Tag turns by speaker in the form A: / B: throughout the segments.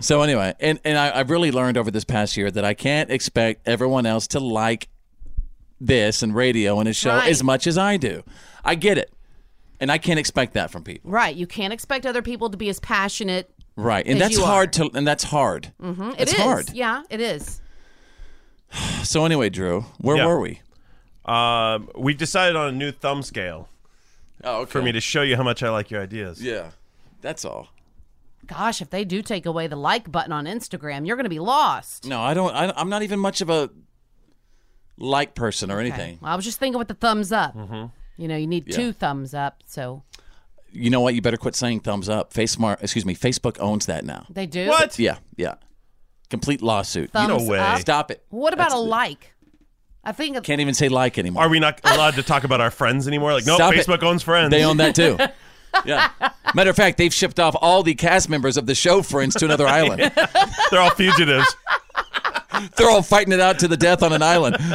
A: so anyway, and, and I, I've really learned over this past year that I can't expect everyone else to like this and radio and a show
B: Right.
A: as much as I do. I get it. And I can't expect that from people.
B: right. You can't expect other people to be as passionate
A: Right. And
B: As
A: that's
B: you
A: hard
B: are.
A: to and that's hard. Mm-hmm.
B: It
A: It's
B: is.
A: hard.
B: Yeah, it is.
A: So anyway, Drew, where
C: Yeah.
A: were we?
C: Um, we've decided on a new thumb scale
A: Oh, okay.
C: for me to show you how much I like your ideas.
A: Yeah. That's all.
B: Gosh, if they do take away the like button on Instagram, you're going to be lost.
A: No, I don't I, I'm not even much of a like person or
B: Okay.
A: anything.
B: Well, I was just thinking with the thumbs up.
C: Mm-hmm.
B: You know, you need two thumbs up. So
A: You know what? You better quit saying thumbs up. Face excuse me, Facebook owns that now.
B: they do.
C: What?
A: Yeah, yeah. Complete lawsuit.
B: Thumbs
C: No way.
B: up.
A: Stop it.
B: What about
A: That's-
B: a like? I think
A: Can't even say like anymore.
C: Are we not allowed to talk about our friends anymore? Like, no,
A: Stop it.
C: Facebook owns friends.
A: They own that too. Yeah. Matter of fact, they've shipped off all the cast members of the show Friends to another island.
C: They're all fugitives,
A: They're all fighting it out to the death on an island.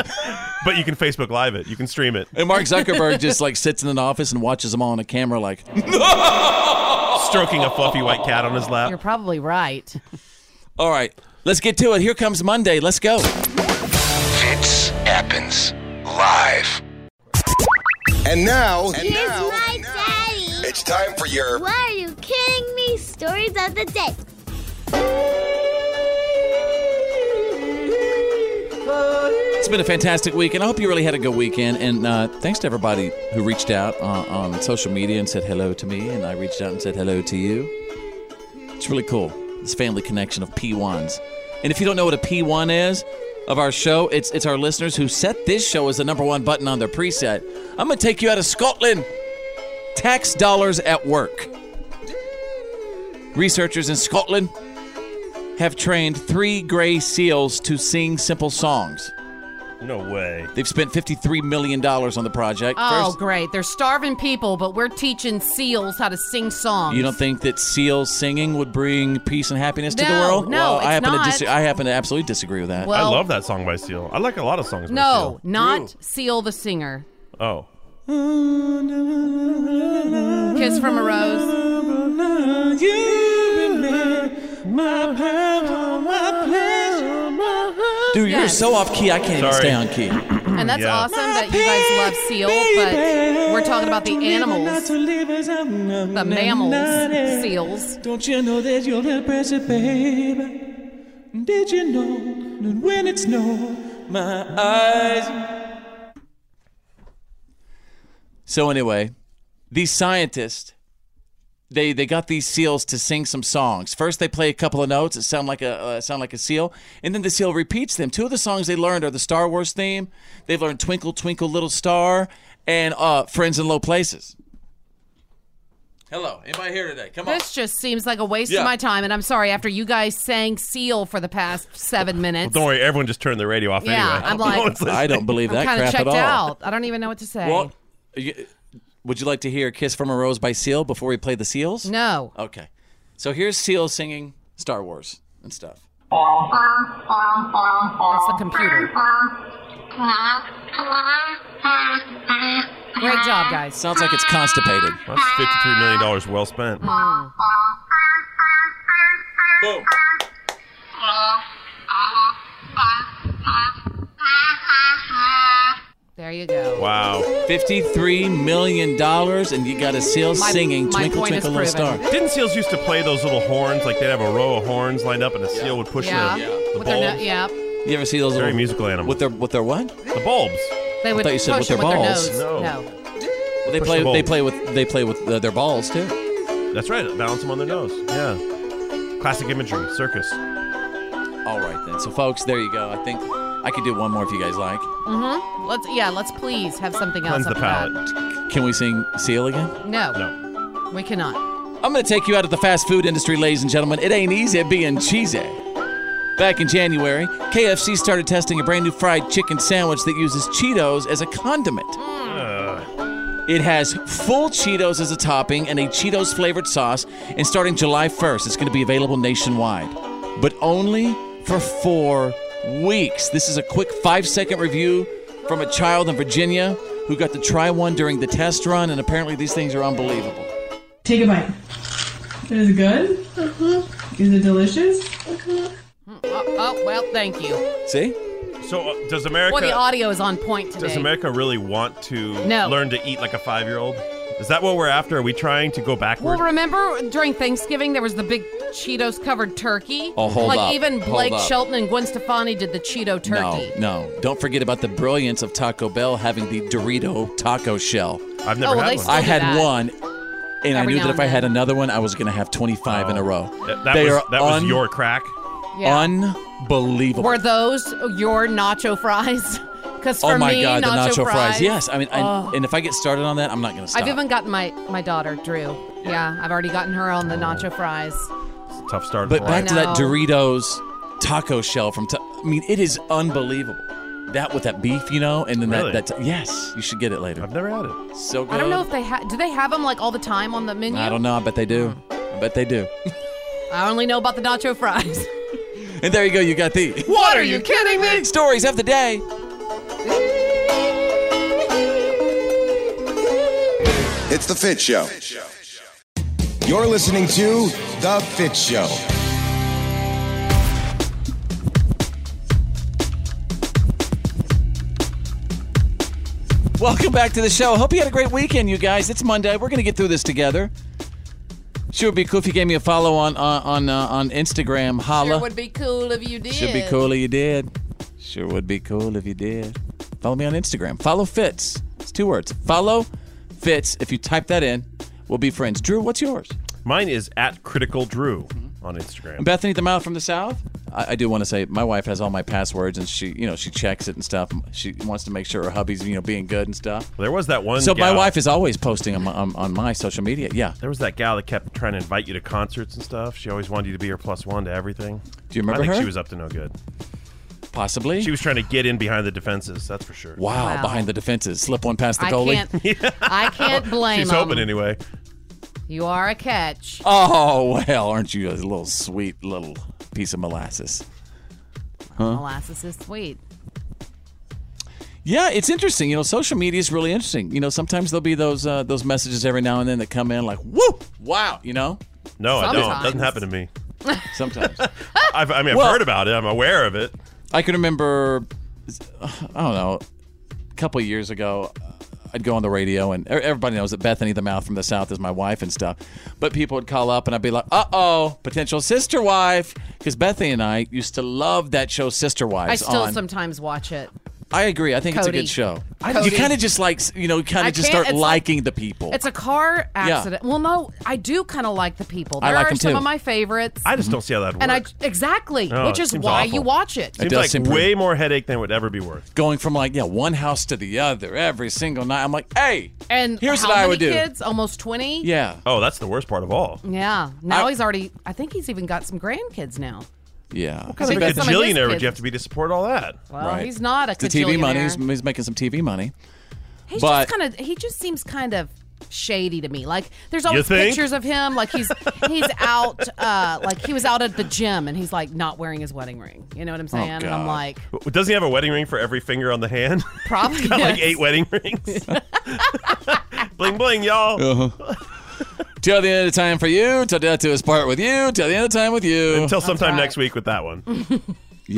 C: but you can Facebook Live it. You can stream it.
A: And Mark Zuckerberg just like sits in an office and watches them all on a camera like,
C: Stroking a fluffy white cat on his
B: you're
C: lap.
B: probably right.
A: "All right, let's get to it. Here comes Monday. Let's go."
D: Fits happens live. And now, and
E: He's
D: now,
E: my daddy.
D: it's time for your
E: Why are you kidding me? Stories of the day.
A: It's been a fantastic week, and I hope you really had a good weekend. And uh, thanks to everybody who reached out on, on social media and said hello to me, and I reached out and said hello to you. It's really cool, this family connection of P1s. And if you don't know what a P1 is of our show, it's, it's our listeners who set this show as the number one button on their preset. I'm going to take you out of Scotland. Tax dollars at work. Researchers in Scotland have trained three gray seals to sing simple songs.
C: No way.
A: They've spent $53 million on the project.
B: Oh,
A: First,
B: great. They're starving people, but we're teaching seals how to sing songs.
A: you don't think that seals singing would bring peace and happiness to the
B: No,
A: world?
B: no,
A: well, I
B: it's
A: happen
B: not.
A: to dis- I happen to absolutely disagree with that.
B: Well-
C: I love that song by Seal. I like a lot of songs by
B: No,
C: Seal.
B: not Seal the singer.
C: Oh.
B: Kiss from a Rose.
A: Dude, you're
B: Yes.
A: so off key. I can't even
C: Sorry.
A: stay on key.
B: And that's
C: Yeah.
B: awesome that you guys love Seal, but we're talking about the animals, the mammals, seals.
A: Don't you know that you're the present, babe? Did you know that when it snows, my eyes? So anyway, these scientists. They, they got these seals to sing some songs. First, they play a couple of notes that sound like a uh, sound like a seal, and then the seal repeats them. Two of the songs they learned are the Star Wars theme. They've learned "Twinkle Twinkle Little Star" and uh, "Friends in Low Places." Hello, anybody here today? Come on.
B: This just seems like a waste
A: Yeah.
B: of my time, and I'm sorry. After you guys sang Seal for the past seven minutes,
C: Don't worry, everyone just turned the radio off
B: Yeah,
C: anyway.
B: I'm like-
C: No one's listening.
A: I don't believe
B: I'm
A: that
B: kind of
A: crap
B: checked
A: at all.
B: out. I don't even know what to say.
A: Well, you- would you like to hear "Kiss from a Rose" by Seal before we play the Seals?
B: no.
A: Okay. So here's Seal singing Star Wars and stuff.
B: That's the computer. Great job, guys.
A: Sounds like it's constipated.
C: That's $53 million well spent.
A: Boom.
B: There you go.
C: Wow.
A: Fifty-three million dollars, and you got a Seal
B: My-
A: singing
B: my
A: "Twinkle
B: point is
A: Twinkle Little Star."
B: proven.
C: Didn't Seals used to play those little horns? Like they'd have a row of horns lined up and a seal would push
B: Yeah.
C: the, the bulbs.
B: With their no- yeah.
A: You ever see those
C: Very
A: little-
C: musical animal.
A: With their with their what?
C: the bulbs.
B: They would
A: thought you
B: push
A: said with
B: it
A: their
B: with their
A: balls.
B: nose.
C: No.
A: Well, they
C: Push
A: play they
C: the bulbs.
A: play with they play with uh, their balls too.
C: That's right. Balance them on their nose. Yeah. Classic imagery. Circus.
A: All right then. So folks, there you go. I think I could do one more if you guys like.
B: Mm-hmm. Let's yeah. Let's please have something
C: Cleanse
B: else.
C: the
B: after
C: palate.
A: Can we sing Seal again?
B: that. No,
C: No.
B: we cannot.
A: I'm going to take you out of the fast food industry, ladies and gentlemen. It ain't easy being cheesy. Back in January, KFC started testing a brand new fried chicken sandwich that uses Cheetos as a condiment. It has full Cheetos as a topping and a Cheetos flavored sauce, and starting July 1st, it's going to be available nationwide, but only for four weeks. This is a quick five second review from a child in Virginia who got to try one during the test run, and apparently these things are unbelievable.
F: Take a bite. Is it good? Is it delicious?
B: Oh, Mm, oh, well, thank you.
A: See?
C: So uh, does America?
B: Well, the audio is on point today.
C: Does America really want to
B: No.
C: learn to eat like a five year old? Is that what we're after? Are we trying to go
B: Well,
C: backward?
B: remember during Thanksgiving there was the big Cheetos covered turkey.
A: Oh, hold
B: like
A: up,
B: even
A: hold
B: Blake
A: up.
B: Shelton and Gwen Stefani did the Cheeto turkey.
A: No, no. Don't forget about the brilliance of Taco Bell having the Dorito taco shell.
C: I've never
B: Oh, well,
C: had
B: they
C: one.
B: still-
A: I
B: do
A: had
B: that.
A: one, and I
B: Every
A: knew
B: now
A: that if
B: and
A: I had
B: then.
A: another one, I was going to have 25 in a row.
C: Th- that
A: they
C: was,
A: are
C: that was
A: un-
C: your crack.
B: Yeah.
A: unbelievable.
B: Were those your nacho fries? Because for
A: oh my
B: me,
A: God, the
B: nacho,
A: nacho
B: fries.
A: Yes, I mean, I,
B: Oh.
A: and if I get started on that, I'm not going to stop.
B: I've even gotten my my daughter Drew. Yeah, I've already gotten her on the nacho fries.
C: It's a tough start.
A: but
C: for
A: back
C: us.
A: to that
B: No.
A: Doritos taco shell from. Ta- I mean, it is unbelievable. That with that beef, you know, and then
C: Really?
A: that. That yes, you should get it later.
C: I've never had it.
A: so good.
B: I don't know if they ha- do they have them like all the time on the menu.
A: I don't know. I bet they do. I bet they do.
B: I only know about the nacho fries.
A: And there you go, you got the. What are you kidding me? Stories of the day.
D: It's The Fit Show. You're listening to The Fit Show.
A: Welcome back to the show. Hope you had a great weekend, you guys. It's Monday. We're going to get through this together. Sure would be cool if you gave me a follow on on on, uh, on Instagram. Holla.
B: be cool if you did.
A: Should be cool if you did. Sure would be cool if you did. Follow me on Instagram. Follow Fitz. It's two words. Follow Fitz. If you type that in, we'll be friends. Drew, what's yours? Mm-hmm.
C: Mine is at Critical Drew on Instagram.
A: Bethany the Mouth from the South. I, I do want to say my wife has all my passwords and she, you know, she checks it and stuff. She wants to make sure her hubby's, you know, being good and stuff.
C: There was that one.
A: So my
C: gal-
A: wife is always posting on my, on, on my social media. Yeah.
C: There was that gal that kept trying to invite you to concerts and stuff. She always wanted you to be her plus one to everything.
A: Do you remember
C: I think
A: her?
C: she was up to no good.
A: Possibly.
C: She was trying to get in behind the defenses. That's for sure.
A: Wow,
B: Wow.
A: behind the defenses, slip one past the
B: I
A: goalie.
B: can't. I can't blame
C: She's
B: 'em.
C: hoping anyway.
B: You are a catch.
A: Oh well, aren't you a little sweet little piece of molasses?
B: Molasses is sweet.
A: Yeah, it's interesting. You know, social media is really interesting. You know, sometimes there'll be those uh, those messages every now and then that come in like, "Whoa, wow," you know.
C: No, I don't. It doesn't
B: Sometimes.
C: happen to me.
A: Sometimes
C: I've, I mean, I've
A: Well-
C: heard about it. I'm aware of it.
A: I can remember, I don't know, a couple of years ago, I'd go on the radio and e- everybody knows that Bethany the Mouth from the South is my wife and stuff. But people would call up and I'd be like, "Uh oh, potential sister wife," because Bethany and I used to love that show, Sister Wives.
B: I still
A: on-
B: sometimes watch it.
A: I agree. I think it's a
B: Cody.
A: good show.
B: Cody.
A: You kind of just like you know, kind
B: I
A: of just
B: can't-
A: start
B: it's like-
A: liking the people.
B: It's a car accident. Well, no, I do kind of like the people.
A: I
B: There
A: like
B: are
A: 'em
B: some
A: too.
B: of my favorites,
C: I just don't see how that works.
B: and I exactly,
C: No,
B: which
C: it
B: is
C: Oh, seems
B: why
C: awful.
B: you watch it.
A: It
C: Seems
A: does
C: like
A: seem pretty-
C: way more headache than it would ever be worth.
A: Going from like yeah one house to the other every single night. I'm like, hey,
B: And
A: here's
B: how
A: what I
B: many
A: would do.
B: kids? Almost twenty.
A: Yeah,
C: Oh, that's the worst part of all.
B: Yeah. Now
A: I-
B: he's already. I think he's even got some grandkids now.
A: yeah.
C: What kind
B: think
C: of a
B: that's some of his
C: gajillionaire would
B: kids.
C: you have to be to support all that?
B: Well,
A: Right.
B: he's not a
A: It's the TV money. He's,
B: cajillionaire.
A: he's making some TV money.
B: He's
A: but-
B: just kind of. He just seems kind of shady to me. Like there's always
C: think?
B: pictures of him. Like he's he's out. Uh, like he was out at the gym and he's like not wearing his wedding ring. You know what I'm saying? and
A: Oh, God.
B: I'm like
C: W- Doesn't he have a wedding ring for every finger on the hand?
B: probably
C: like
B: yes.
C: eight wedding rings. bling bling, y'all.
A: Uh-huh. Till the end of time for you. Till death do us part with you. Till the end of time with you.
C: Until sometime
B: right.
C: next week with that one. 'cause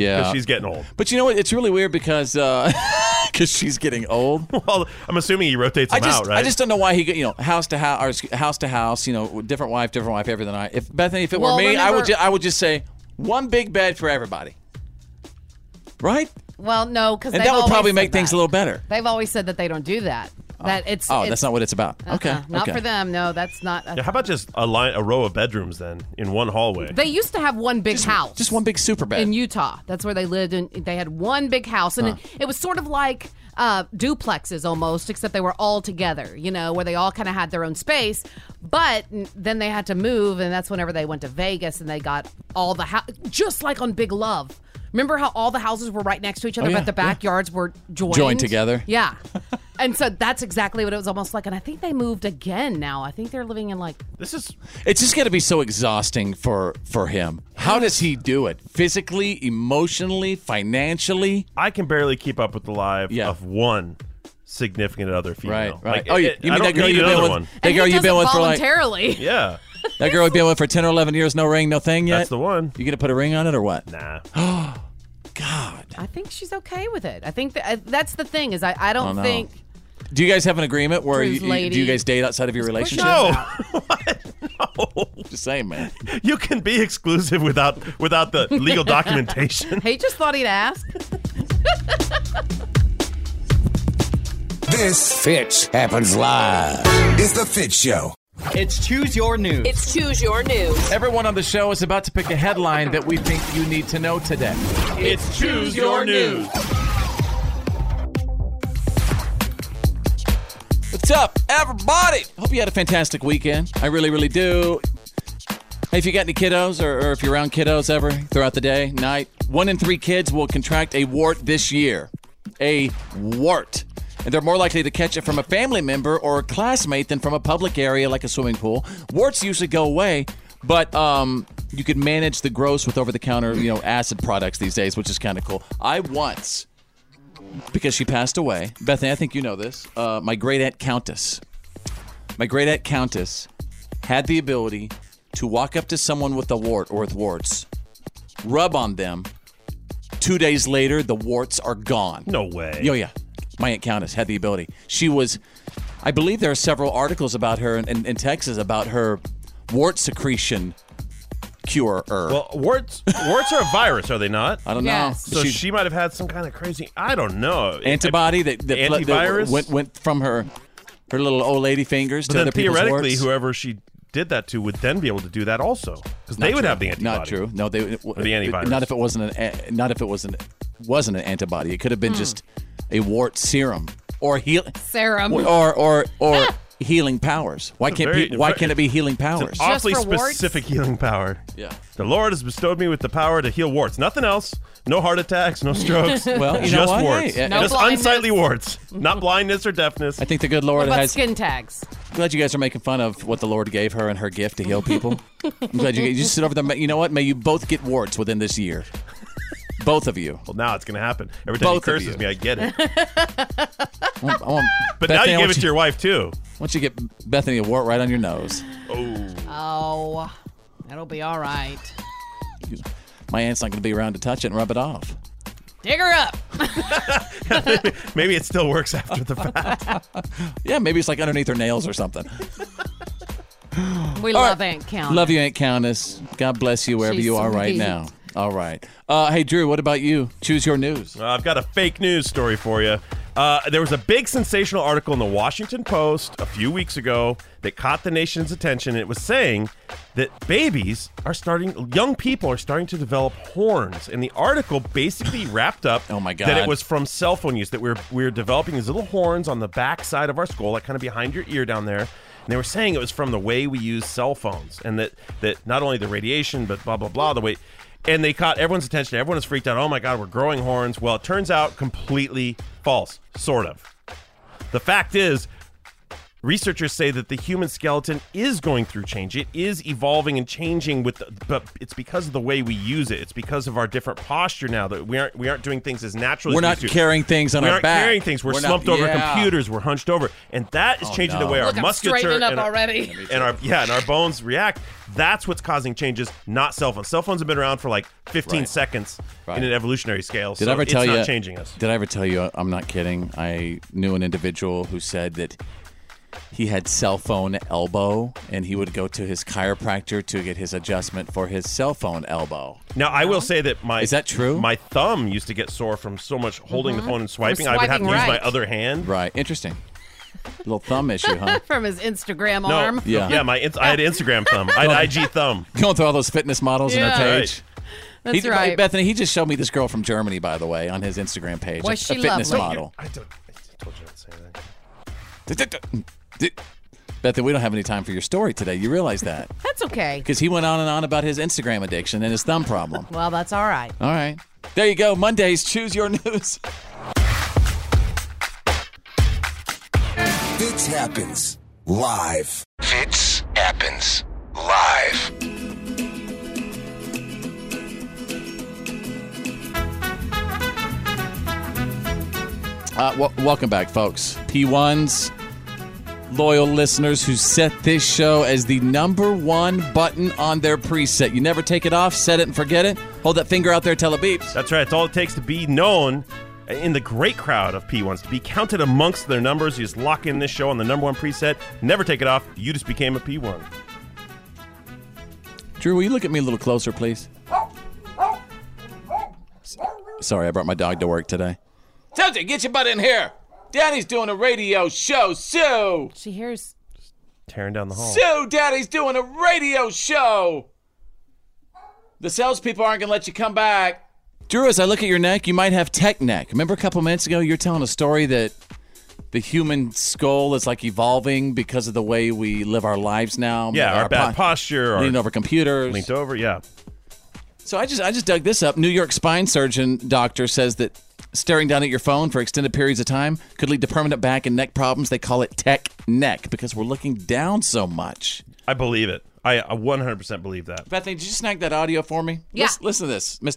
A: yeah.
C: she's getting old.
A: but you know what? It's really weird because because she's getting old.
C: Well, I'm assuming he rotates
A: I
C: them
A: just
C: out, right?
A: I just don't know why he got- you know house to house or excuse- house to house you know different wife different wife every night. If Bethany, if it
B: Well,
A: were me, I would
B: remember-
A: ju- I would just say one big bed for everybody, right?
B: Well, no, because
A: And that would probably make things a little better.
B: They've always said that they don't do that. That it's
A: Oh,
B: it's-
A: that's not what it's about. okay,
B: uh-uh, not
A: okay.
B: for them. No, that's not.
C: Yeah, how about just a line, a row of bedrooms then in one hallway?
B: They used to have one big
A: Just,
B: house.
A: just one big super bed.
B: in Utah. That's where they lived, and they had one big house, and it, it was sort of like uh, duplexes almost, except they were all together. You know, where they all kind of had their own space. But n- then they had to move, and that's whenever they went to Vegas, and they got all the house, just like on Big Love. Remember how all the houses were right next to each other,
A: Oh, yeah,
B: but the
A: yeah.
B: backyards were joined
A: Joined together.
B: Yeah, and so that's exactly what it was almost like. And I think they moved again now. I think they're living in like
C: this is
A: It's just got to be so exhausting for for him. How does he do it? Physically, emotionally, financially.
C: I can barely keep up with the live
A: Yeah.
C: of one significant other female.
A: Right, right.
C: Like,
A: oh, you,
C: it-
A: you
C: I
A: mean
C: don't
A: that girl
C: need
A: you've
C: another
A: been with?
C: one.
A: That
B: And
A: girl
B: he
A: you've been
B: does it
A: with for like
B: voluntarily.
C: Yeah,
A: that girl you've been with for ten or eleven years, no ring, no thing yet.
C: that's the one.
A: You gonna put a ring on it or what?
C: Nah.
A: God.
B: I think she's okay with it. I think that, I, that's the thing is I, I don't
A: Oh, no.
B: think
A: Do you guys have an agreement where you,
B: Drew's
A: you- do
B: lady.
A: you guys date outside of your relationship?
C: No,
A: Just saying, man.
C: you can be exclusive without without the legal documentation.
B: he just thought he'd ask.
D: This
G: Fitch happens live.
D: is the Fit Show.
H: It's choose your news.
I: It's Choose Your News.
A: Everyone on the show is about to pick a headline that we think you need to know today.
C: It's choose
A: Your News. What's up, everybody? Hope you had a fantastic weekend. I really, really do. Hey, if you got any kiddos or, or if you're around kiddos ever throughout the day, night, one in three kids will contract a wart this year. A wart. And they're more likely to catch it from a family member or a classmate than from a public area like a swimming pool. Warts usually go away, but um, you can manage the gross with over the counter, you know, acid products these days, which is kind of cool. I once because she passed away. Bethany, I think you know this. Uh, my great aunt Countess. My great aunt Countess had the ability to walk up to someone with a wart or with warts, rub on them. Two days later, the warts are gone.
C: No way.
A: Yo, yeah. My Aunt Countess had the ability. She was, I believe there are several articles about her in, in, in Texas about her wart secretion cure.
C: Well, warts warts are a virus, are they not?
A: I don't
B: Yes.
A: know.
C: So she might have had some kind of crazy. I don't know.
A: antibody that, that, fl- that
C: Antivirus?
A: went went from her her little old lady fingers
C: But
A: to
C: then
A: other people's
C: theoretically,
A: warts.
C: whoever she did that to would then be able to do that also because they
A: Not
C: would
A: true.
C: have the antibody.
A: Not true. No, they
C: Or the antivirus.
A: Not if it wasn't an a- not if it wasn't wasn't an antibody. It could have been
B: Hmm.
A: just a wart serum or heal
B: Serum.
A: or or or healing powers. Why
C: It's a
A: can't
C: very-
A: peop- why
C: very-
A: can't it be healing
C: It's an
A: powers?
C: awfully specific healing power.
A: Yeah.
C: The Lord has bestowed me with the power to heal warts. Nothing else. No heart attacks. No strokes.
A: Well, you know
C: just
A: what?
C: warts.
A: Hey, uh, No
C: just
A: blindness.
C: unsightly warts. Not blindness or deafness.
A: I think the good
B: What
A: Lord
B: about
A: has.
B: skin tags?
A: Glad you guys are making fun of what the Lord gave her and her gift to heal people. I'm glad you, you just sit over there. You know what? May you both get warts within this year. Both of you.
C: Well, now it's going to happen. Every time he
A: Both of
C: curses
A: you.
C: me, I get it.
A: I want- I want-
C: But
A: Bethany,
C: now you
A: I
C: give
A: want
C: it to your wife too.
A: Once you get Bethany a wart right on your nose.
C: Oh.
B: Oh, that'll be all right.
A: My aunt's not going to be around to touch it and rub it off.
B: Dig her up.
C: Maybe it still works after the fact.
A: yeah, maybe it's like underneath her nails or something.
B: We
A: All
B: love
A: right.
B: Aunt Count.
A: Love you, Aunt Countess. God bless you wherever
B: She's
A: you are right
B: sweet.
A: now. All right. Uh, hey, Drew, what about you? Choose your news.
C: Uh, I've got a fake news story for you. Uh, there was a big sensational article in the Washington Post a few weeks ago that caught the nation's attention. It was saying that babies are starting, young people are starting to develop horns, and the article basically wrapped up. Oh my
A: God.
C: That it was from cell phone use. That we're we're developing these little horns on the back side of our skull, like kind of behind your ear down there. And they were saying it was from the way we use cell phones, and that that not only the radiation, but blah blah blah, the way. And they caught everyone's attention. Everyone was freaked out. Oh my God, we're growing horns. Well, it turns out completely false, sort of. The fact is, researchers say that the human skeleton is going through change. It is evolving and changing with, the, but it's because of the way we use it. It's because of our different posture now that we aren't we aren't doing things as naturally.
A: We're
C: as we
A: not
C: used to.
A: carrying things on
C: we
A: our
C: aren't
A: back.
C: carrying things. We're,
A: We're not-
C: slumped over
A: yeah.
C: computers. We're hunched over, and that is
A: Oh,
C: changing
A: no.
C: the way our
B: Look, I'm
C: musculature
B: straightening up
C: and our-
B: already.
C: and our yeah and our bones react. That's what's causing changes, not cell phones. Cell phones have been around for like 15
A: Right.
C: seconds
A: Right.
C: in an evolutionary scale.
A: Did
C: so
A: I ever
C: it's
A: tell
C: not
A: you?
C: changing us?
A: Did I ever tell you? I'm not kidding. I knew an individual who said that he had cell phone elbow, and he would go to his chiropractor to get his adjustment for his cell phone elbow.
C: Now I will say that my
A: Is that true?
C: My thumb used to get sore from so much holding
B: Mhm.
C: the phone and
B: From
C: swiping. I would have to
B: swiping
C: use
B: right.
C: my other hand.
A: Right. Interesting. Little thumb issue, huh?
B: From his Instagram
C: No,
B: arm.
C: yeah,
A: Yeah.
C: yeah. My ins- I had Instagram thumb. I
A: Don't-
C: had IG thumb.
A: Going through all those fitness models on
B: Yeah.
A: her page.
B: That's
A: He-
B: right.
A: Bethany, he just showed me this girl from Germany, by the way, on his Instagram page.
B: Was
A: a,
B: she
A: a fitness
B: lovely?
A: model.
C: I, don't, I told you I'd say that.
A: Bethany, we don't have any time for your story today. You realize that?
B: That's okay.
A: Because he went on and on about his Instagram addiction and his thumb problem.
B: Well, that's all right.
A: All right. There you go. Mondays, choose your news.
D: Fits happens live.
J: Fits happens live.
A: Uh, wel- welcome back, folks. P1s, loyal listeners who set this show as the number one button on their preset. You never take it off, set it and forget it. Hold that finger out there, tell it beeps.
C: That's right. It's all it takes to be known in the great crowd of P1s, to be counted amongst their numbers. You just lock in this show on the number one preset. Never take it off. You just became a P1.
A: Drew, will you look at me a little closer, please? S- Sorry, I brought my dog to work today. Something, get your butt in here. Daddy's doing a radio show, Sue.
B: She hears.
C: Tearing down
A: Oh.
C: the hall.
A: Sue, Daddy's doing a radio show. The salespeople aren't going to let you come back. Drew, as I look at your neck, you might have tech neck. Remember a couple minutes ago, you were telling a story that the human skull is like evolving because of the way we live our lives now.
C: Yeah, our, bad
A: po-
C: posture. Our
A: leaning over computers.
C: Leaned over. Yeah.
A: So I just I just dug this up. New York spine surgeon doctor says that staring down at your phone for extended periods of time could lead to permanent back and neck problems. They call it tech neck because we're looking down so much.
C: I believe it. I I 100% believe that.
A: Bethany, did you snag that audio for me?
B: Yeah.
A: Listen, listen to this, Miss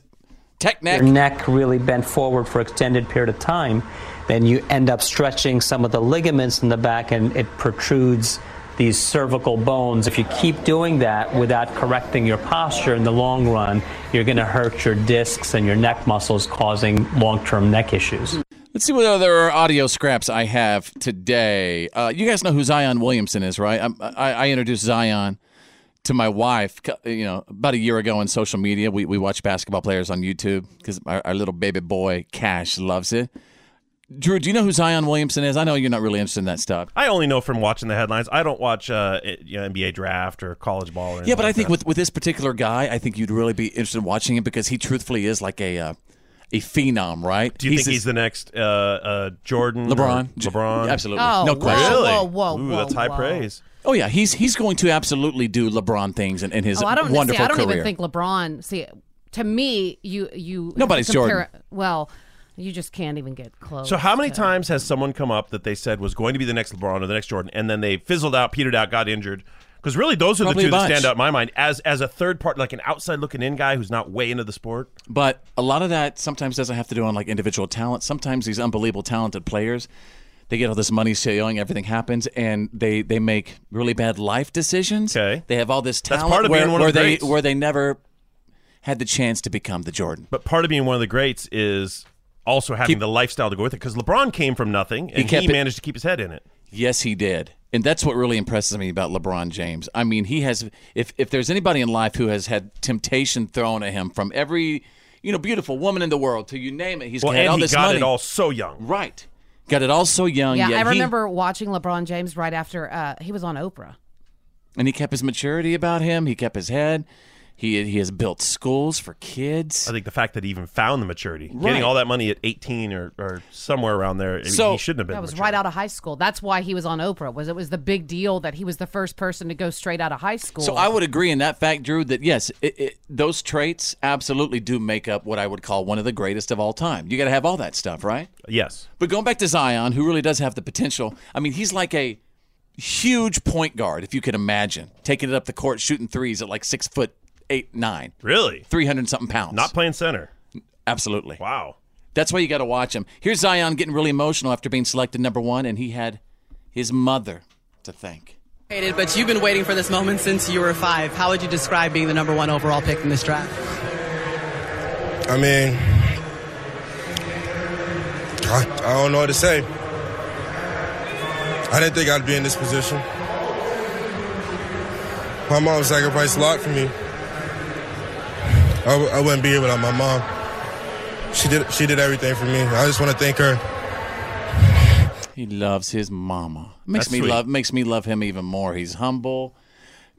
A: Tech neck.
K: your neck really bent forward for extended period of time, then you end up stretching some of the ligaments in the back and it protrudes these cervical bones. If you keep doing that without correcting your posture in the long run, you're going to hurt your discs and your neck muscles, causing long term neck issues.
A: Let's see what other audio scraps I have today. Uh, you guys know who Zion Williamson is, right? I'm- I, I introduced Zion to my wife, co- you know, about a year ago on social media. We we watch basketball players on YouTube because our, our little baby boy Cash loves it. Drew, do you know who Zion Williamson is? I know you're not really interested in that stuff.
C: I only know from watching the headlines. I don't watch uh, it- you know, NBA draft or college ball.
A: Yeah,
C: Or anything
A: but I
C: like
A: think
C: that.
A: with, with this particular guy, I think you'd really be interested in watching him because he truthfully is like a uh, a phenom, right?
C: Do you think he's the next uh, uh, Jordan? or
A: LeBron?
C: LeBron.
A: Absolutely. Oh, No whoa, question.
C: Really?
A: whoa, whoa,
C: Ooh,
A: whoa,
C: that's high
A: whoa.
C: praise.
A: Oh yeah, he's he's going to absolutely do LeBron things in, in his
B: oh, I don't
A: wonderful
B: see. I don't
A: career.
B: even think LeBron. See, to me, you you
C: Nobody's
B: compare- Well, you just can't even get close.
C: So how many
B: to-
C: times has someone come up that they said was going to be the next LeBron or the next Jordan, and then they fizzled out, petered out, got injured? Because really, those are
A: Probably
C: the
A: a
C: two that
A: bunch.
C: stand out in my mind as as a third part, like an outside looking in guy who's not way into the sport.
A: But a lot of that sometimes doesn't have to do on like individual talent. Sometimes these unbelievable talented players, they get all this money sailing, everything happens, and they they make really bad life decisions. Okay. They have all this
C: That's
A: talent
C: part of
A: where,
C: being one of
A: where
C: the
A: they
C: greats.
A: where they never had the chance to become the Jordan.
C: But part of being one of the greats is also having
A: Keep-
C: the lifestyle to go with it. Because LeBron came from nothing and he,
A: kept it-
C: managed to keep his head in it.
A: Yes, he did. And that's what really impresses me about LeBron James. I mean, he has if if there's anybody in life who has had temptation thrown at him from every, you know, beautiful woman in the world to you name it, he's
C: well,
A: had
C: and
A: all
C: he
A: this
C: got
A: money.
C: it all so young.
A: Right. Got it all so young.
B: Yeah,
A: yet
B: I
A: Oh, he-
B: remember watching LeBron James right after uh, he was on Oprah.
A: and he kept his maturity about him. He kept his head. He he has built schools for kids.
C: I think the fact that he even found the maturity,
A: Right.
C: getting all that money at 18 or, or somewhere around there, I mean,
A: So-
C: he shouldn't have been.
B: That was
C: mature.
B: right out of high school. That's why he was on Oprah. Was it was the big deal that he was the first person to go straight out of high school?
A: So I would agree in that fact, Drew, that yes, it, it, those traits absolutely do make up what I would call one of the greatest of all time. You got to have all that stuff, right?
C: Yes.
A: But going back to Zion, who really does have the potential. I mean, he's like a huge point guard, if you could imagine, taking it up the court, shooting threes at like six foot eight, nine.
C: Really?
A: 300 something pounds.
C: Not playing center.
A: Absolutely.
C: Wow.
A: That's why you got to watch him. Here's Zion getting really emotional after being selected number one, and he had his mother to thank.
L: But you've been waiting for this moment since you were five. How would you describe being the number one overall pick in this draft?
M: I mean, I, I don't know what to say. I didn't think I'd be in this position. My mom sacrificed a lot for me. I, w- I wouldn't be here without my mom. She did she did everything for me. I just want to thank her.
A: He loves his mama. Makes
M: That's
A: me
M: sweet.
A: love makes me love him even more. He's humble.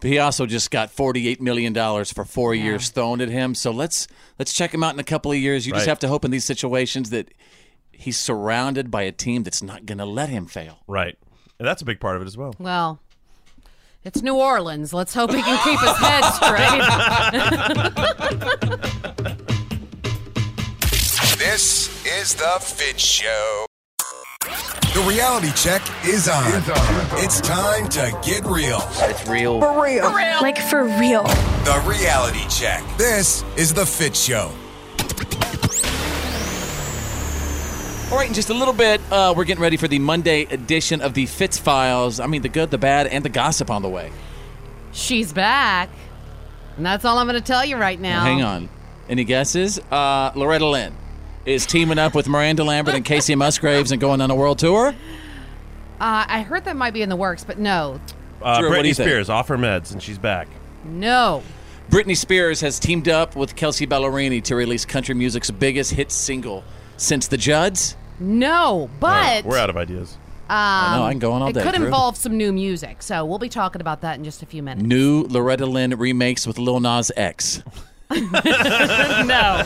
A: But he also just got forty eight million dollars for four years thrown at him. So let's let's check him out in a couple of years. You just
C: Right.
A: have to hope in these situations that he's surrounded by a team that's not gonna let him fail.
C: Right. And that's a big part of it as well.
B: Well, it's New Orleans. Let's hope he can keep his head straight.
D: This is the Fit Show. The reality check is on. It's time to get real. It's real.
N: For real. Like for real.
D: The reality check. This is the Fit Show.
A: All right, in just a little bit, uh, we're getting ready for the Monday edition of the Fitz Files. I mean the good, the bad, and the gossip on the way.
B: She's back, and that's all I'm going to tell you right now.
A: Hang on. Any guesses? Uh, Loretta Lynn is teaming up with Miranda Lambert and Casey Musgraves and going on a world tour.
B: Uh, I heard that might be in the works, but no,
C: Uh,
A: Drew, what do
C: Britney
A: you think?
C: Spears off her meds and she's back.
B: no.
A: Britney Spears has teamed up with Kelsey Ballerini to release country music's biggest hit single since the Judds.
B: No, but
C: We're out of ideas.
B: Um, I
A: know, I can go on all
B: it
A: day,
B: could
A: Drew.
B: involve some new music, so we'll be talking about that in just a few minutes.
A: New Loretta Lynn remakes with Lil Nas X.
B: no.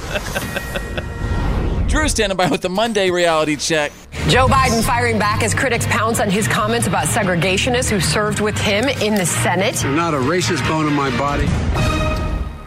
A: Drew standing by with the Monday reality check.
O: Joe Biden firing back as critics pounce on his comments about segregationists who served with him in the Senate.
P: Not a racist bone in my body.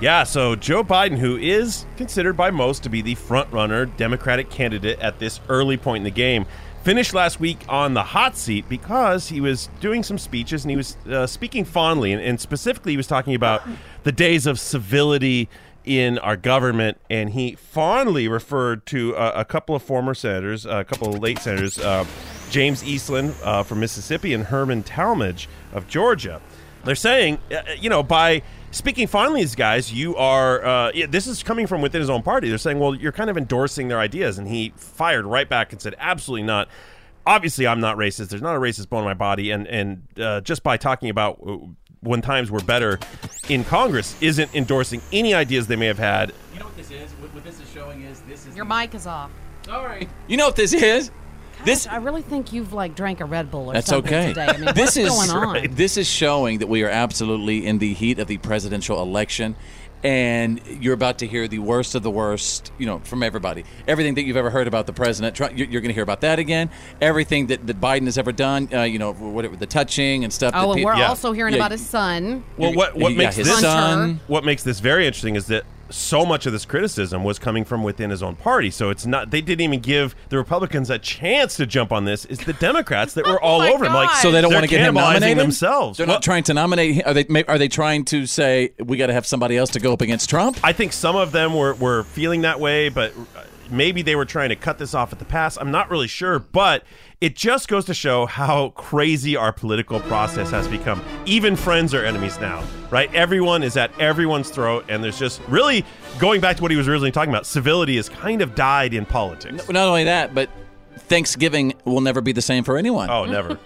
C: Yeah, so Joe Biden, who is considered by most to be the frontrunner Democratic candidate at this early point in the game, finished last week on the hot seat because he was doing some speeches and he was uh, speaking fondly. And, and specifically, he was talking about the days of civility in our government. And he fondly referred to uh, a couple of former senators, a couple of late senators, uh, James Eastland uh, from Mississippi and Herman Talmadge of Georgia. They're saying, uh, you know, by speaking fondly of these guys, you are. Uh, yeah, this is coming from within his own party. They're saying, well, you're kind of endorsing their ideas, and he fired right back and said, absolutely not. Obviously, I'm not racist. There's not a racist bone in my body, and and uh, just by talking about uh, when times were better in Congress isn't endorsing any ideas they may have had.
A: You know what this is? What, this is showing is this is
B: Your mic is off.
A: Sorry. You know what this is? This
B: I really think you've like drank a Red Bull or
A: That's
B: something
A: okay.
B: today. I mean,
A: this
B: what's
A: is
B: going on?
A: this is showing that we are absolutely in the heat of the presidential election, and you're about to hear the worst of the worst. You know, from everybody, everything that you've ever heard about the president, Trump, you're, you're going to hear about that again. Everything that, that Biden has ever done, uh, you know, whatever the touching and stuff.
B: Oh,
A: that
B: and
A: peop-
B: we're also hearing
A: Yeah,
B: about his son.
C: Well, what what
A: Yeah,
C: makes
A: his
C: this
A: son.
C: what makes this very interesting is that so much of this criticism was coming from within his own party. So it's not they didn't even give the Republicans a chance to jump on this. It's the Democrats that were all over him. Like
A: so they don't
C: they're
A: want to get him
C: cannibalizing
A: nominated
C: themselves.
A: Oh They're not trying to nominate. him. Are they? ma- Are they trying to say we got to have somebody else to go up against Trump?
C: I think some of them were, were feeling that way, but uh, maybe they were trying to cut this off at the pass. I'm not really sure, but it just goes to show how crazy our political process has become. Even friends are enemies now, right? Everyone is at everyone's throat, and there's just really going back to what he was originally talking about. Civility has kind of died in politics.
A: Well, Not only that, but Thanksgiving will never be the same for anyone.
C: Oh, never.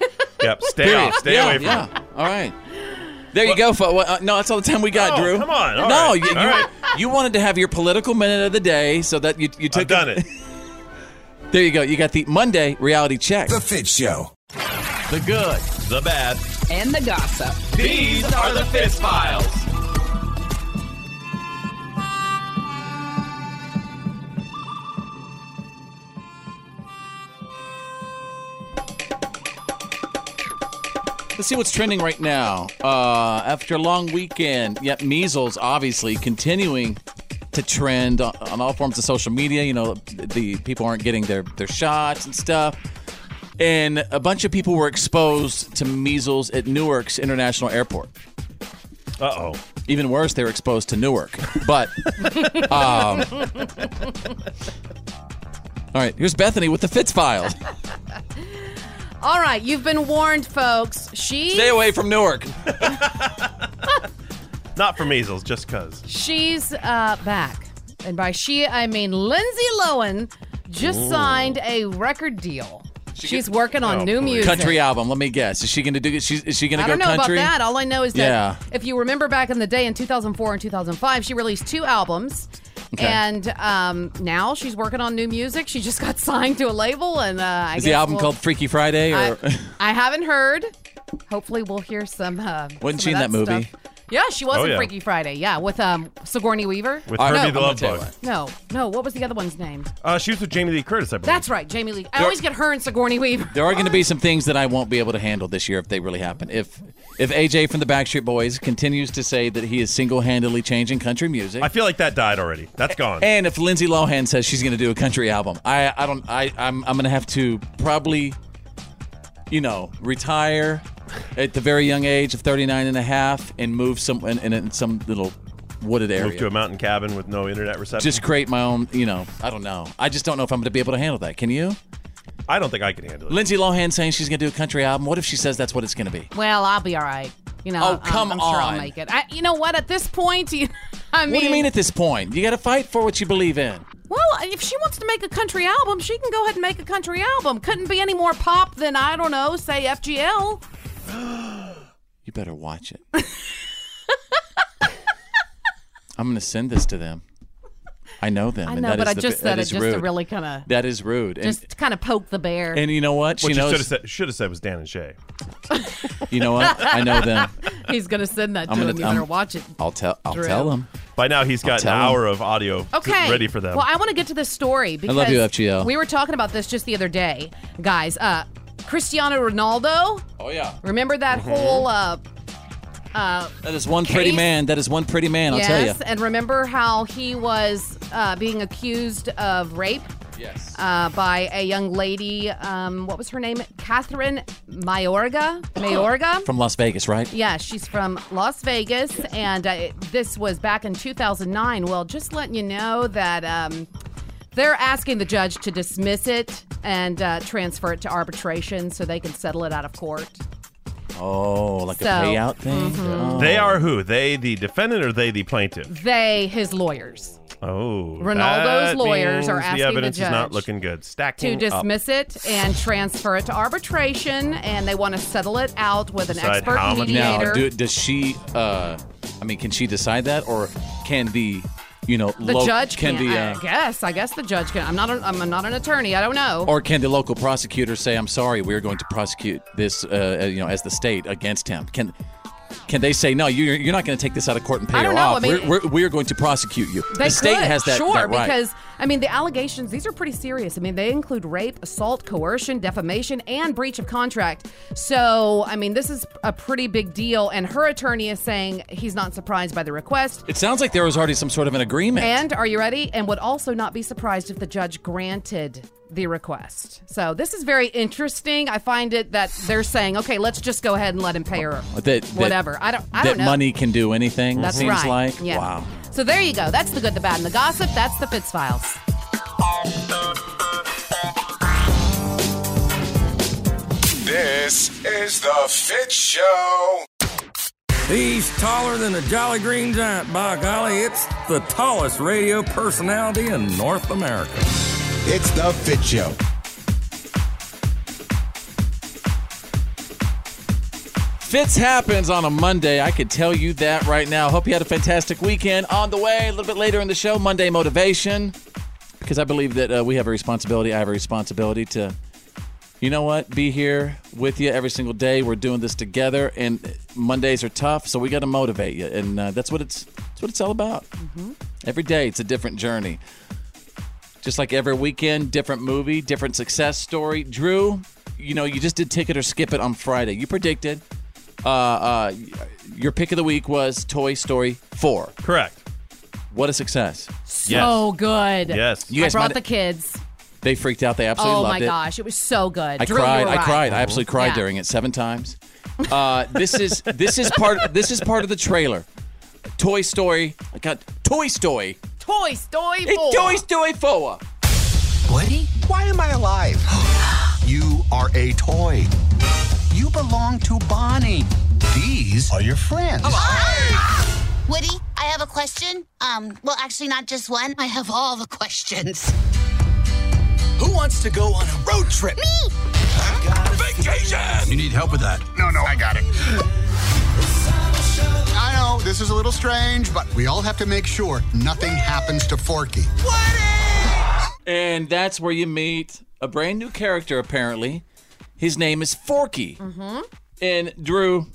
C: yep. Stay
A: Period.
C: off. Stay
A: Yeah,
C: away from
A: yeah.
C: it.
A: All right. There you go. fo- well, uh, no, that's all the time we got,
C: No,
A: Drew.
C: come on. All
A: no,
C: right.
A: you, you,
C: All right.
A: you wanted to have your political minute of the day, so that you you took
C: done it.
A: there you go. You got the Monday reality check. The
D: Fit Show.
A: The good,
C: the bad,
I: And the gossip.
H: These are the Fist Files.
A: Let's see what's trending right now. Uh, after a long weekend, yep, measles obviously continuing to trend on, on all forms of social media. You know, the people aren't getting their, their shots and stuff. And a bunch of people were exposed to measles at Newark's International Airport.
C: Uh oh.
A: Even worse, they were exposed to Newark. But, um, all right, here's Bethany with the Fitz file.
B: All right, you've been warned, folks. She
A: Stay away from Newark.
C: Not for measles, just because.
B: She's uh, back. And by she, I mean Lindsay Lohan just
A: Ooh. Oh,
B: signed a record deal. She's working on new music.
A: Country album. Let me guess. Is she going to do? She's, is she going
B: I
A: to go
B: don't know
A: country?
B: about that. All I know is that
A: Yeah.
B: if you remember back in the day in 2004 and 2005, she released two albums.
A: Okay.
B: And um, now she's working on new music. She just got signed to a label, and uh, I
A: Is
B: guess
A: the album
B: we'll-
A: called Freaky Friday? Or
B: I haven't heard. Hopefully, we'll hear some. Uh,
A: wasn't she
B: some
A: in
B: of
A: that movie?
B: stuff. Yeah, she was
A: Oh,
B: in
A: yeah.
B: Freaky Friday. Yeah, with um, Sigourney Weaver.
C: With
A: All right,
C: Herbie
A: I'm
C: the
A: gonna
C: Love
A: tell you
C: Bug.
B: No, no. What was the other one's name?
C: Uh, she was with Jamie Lee Curtis, I believe.
B: That's right, Jamie Lee. I
A: There-
B: always get her and Sigourney Weaver.
A: There are going to be some things that I won't be able to handle this year if they really happen. If if AJ from the Backstreet Boys continues to say that he is single-handedly changing country music,
C: I feel like that died already. That's gone.
A: and if Lindsay Lohan says she's going to do a country album, I I don't I I'm I'm going to have to probably you know, retire at the very young age of 39 and a half and move some in, in, in some little wooded area.
C: Move to a mountain cabin with no internet reception.
A: just create my own, you know, I don't know. I just don't know if I'm going to be able to handle that. Can you?
C: I don't think I can handle it.
A: Lindsay Lohan saying she's going to do a country album. What if she says that's what it's going to be?
B: Well, I'll be all right. You know.
A: Oh,
B: I'm-
A: come
B: I'm sure
A: on.
B: I'll make it. I, you know what? At this point, you, I mean,
A: what do you mean at this point? You got to fight for what you believe in.
B: Well, if she wants to make a country album, she can go ahead and make a country album. Couldn't be any more pop than I don't know, say FGL.
A: You better watch it. I'm going to send this to them. I know them.
B: I
A: and
B: know,
A: that
B: but
A: is
B: I
A: the-
B: just
A: that
B: said it
A: is
B: just
A: rude.
B: to really kind of
A: That is rude. And-
B: just kind of poke the bear.
A: And you know what? She
C: What you
A: knows-
C: should have said, should have said was Dan and Shay.
A: you know what? I know them.
B: He's gonna send that to
C: I'm
B: him.
C: gonna-
B: you
C: I'm-
B: better watch it.
A: I'll tell. I'll
B: Drew.
A: tell him.
C: By now, he's got an
A: tell 'em.
C: hour of audio
B: Okay.
C: ready for them.
B: Well, I want to get to this story because
A: love you, FGL.
B: We were talking about this just the other day, guys. Uh, Cristiano Ronaldo.
A: Oh yeah.
B: Remember that
C: Mm-hmm.
A: Mhm.
B: whole. Uh, uh,
A: That is one pretty
B: Case?
A: man. That is one pretty man. I'll
B: yes,
A: tell you.
B: and remember how he was uh, being accused of rape.
A: Yes.
B: Uh, by a young lady. Um, what was her name? Catherine Mayorga. Mayorga.
A: From Las Vegas, right?
B: Yeah, she's from Las Vegas, and uh, it- this was back in 2009. Well, just letting you know that um, they're asking the judge to dismiss it and uh, transfer it to arbitration so they can settle it out of court.
A: Oh, like
B: So-
A: a payout thing.
B: Mhm.
A: Oh.
C: They are who? They the defendant or they the plaintiff?
B: They, his lawyers,
C: Oh,
B: Ronaldo's
C: that
B: lawyers are
C: means
B: asking
C: the
B: the
C: evidence is
B: judge
C: not looking good.
B: to
C: Stacking
B: dismiss it and transfer it to arbitration, and they want to settle it out with an expert mediator.
A: Now, do, does she? Uh, I mean, can she decide that, or can the you know,
B: The
A: lo-
B: judge
A: can
B: can.
A: the uh,
B: I guess. I guess the judge can. I'm not. A, I'm not an attorney. I don't know.
A: or can the local prosecutor say, "I'm sorry, we're going to prosecute this," uh, uh, you know, as the state against him? Can can they say, "No, you're, you're not going to take this out of court and pay
B: I
A: her
B: don't know.
A: off.
B: I mean-
A: we're, we're, we're going to prosecute you."
B: They
A: the state
B: could,
A: has that,
B: sure,
A: that right.
B: because I mean the allegations. These are pretty serious. I mean they include rape, assault, coercion, defamation, and breach of contract. So I mean this is a pretty big deal. And her attorney is saying he's not surprised by the request.
A: it sounds like there was already some sort of an agreement.
B: And are you ready? And would also not be surprised if the judge granted the request. So this is very interesting. I find it that they're saying, okay, let's just go ahead and let him pay her.
A: That- that-
B: whatever. I don't. I
A: that
B: don't know.
A: money can do anything.
B: That's
A: seems
B: right.
A: like
B: Yeah.
A: wow.
B: So there you go. That's the good, the bad, and the gossip. That's the Fitz Files.
D: This is the Fit Show.
Q: He's taller than a Jolly Green Giant. By golly, it's the tallest radio personality in North America.
D: It's the Fit Show.
A: Fitz happens on a Monday. I could tell you that right now. Hope you had a fantastic weekend. On the way, a little bit later in the show, Monday motivation, because I believe that uh, we have a responsibility. I have a responsibility to, you know what, be here with you every single day. We're doing this together, and Mondays are tough, so we got to motivate you, and uh, that's what it's that's what it's all about. Every day, it's a different journey. Just like every weekend, different movie, different success story. Drew, you know, you just did Ticket or Skip It on Friday. You predicted uh, uh, your pick of the week was Toy Story 4.
C: Correct.
A: What a success.
B: So good.
A: You guys
B: I brought
A: might-
B: the kids.
A: They freaked out. They absolutely
B: oh
A: loved
B: my
A: it.
B: gosh, it was so good.
A: I
B: Drew, you
A: cried.
B: were
A: I
B: right.
A: cried. I absolutely cried
B: Yeah.
A: during it seven times. Uh, this is this is part this is part of the trailer. Toy Story. I got Toy Story.
B: Toy Story
A: It's Toy Story 4.
R: Woody, why am I alive? you are a toy. You belong to Bonnie. These are your friends.
S: Woody, I have a question. Um, well, actually, not just one. I have all the questions.
P: Who wants to go on a road trip? Me! Vacation! You need help with that.
J: No, no, I got it.
R: I know, this is a little strange, but we all have to make sure nothing happens to Forky.
A: And that's where you meet a brand new character, apparently. His name is Forky.
R: Mm-hmm.
B: Mhm.
A: And Drew,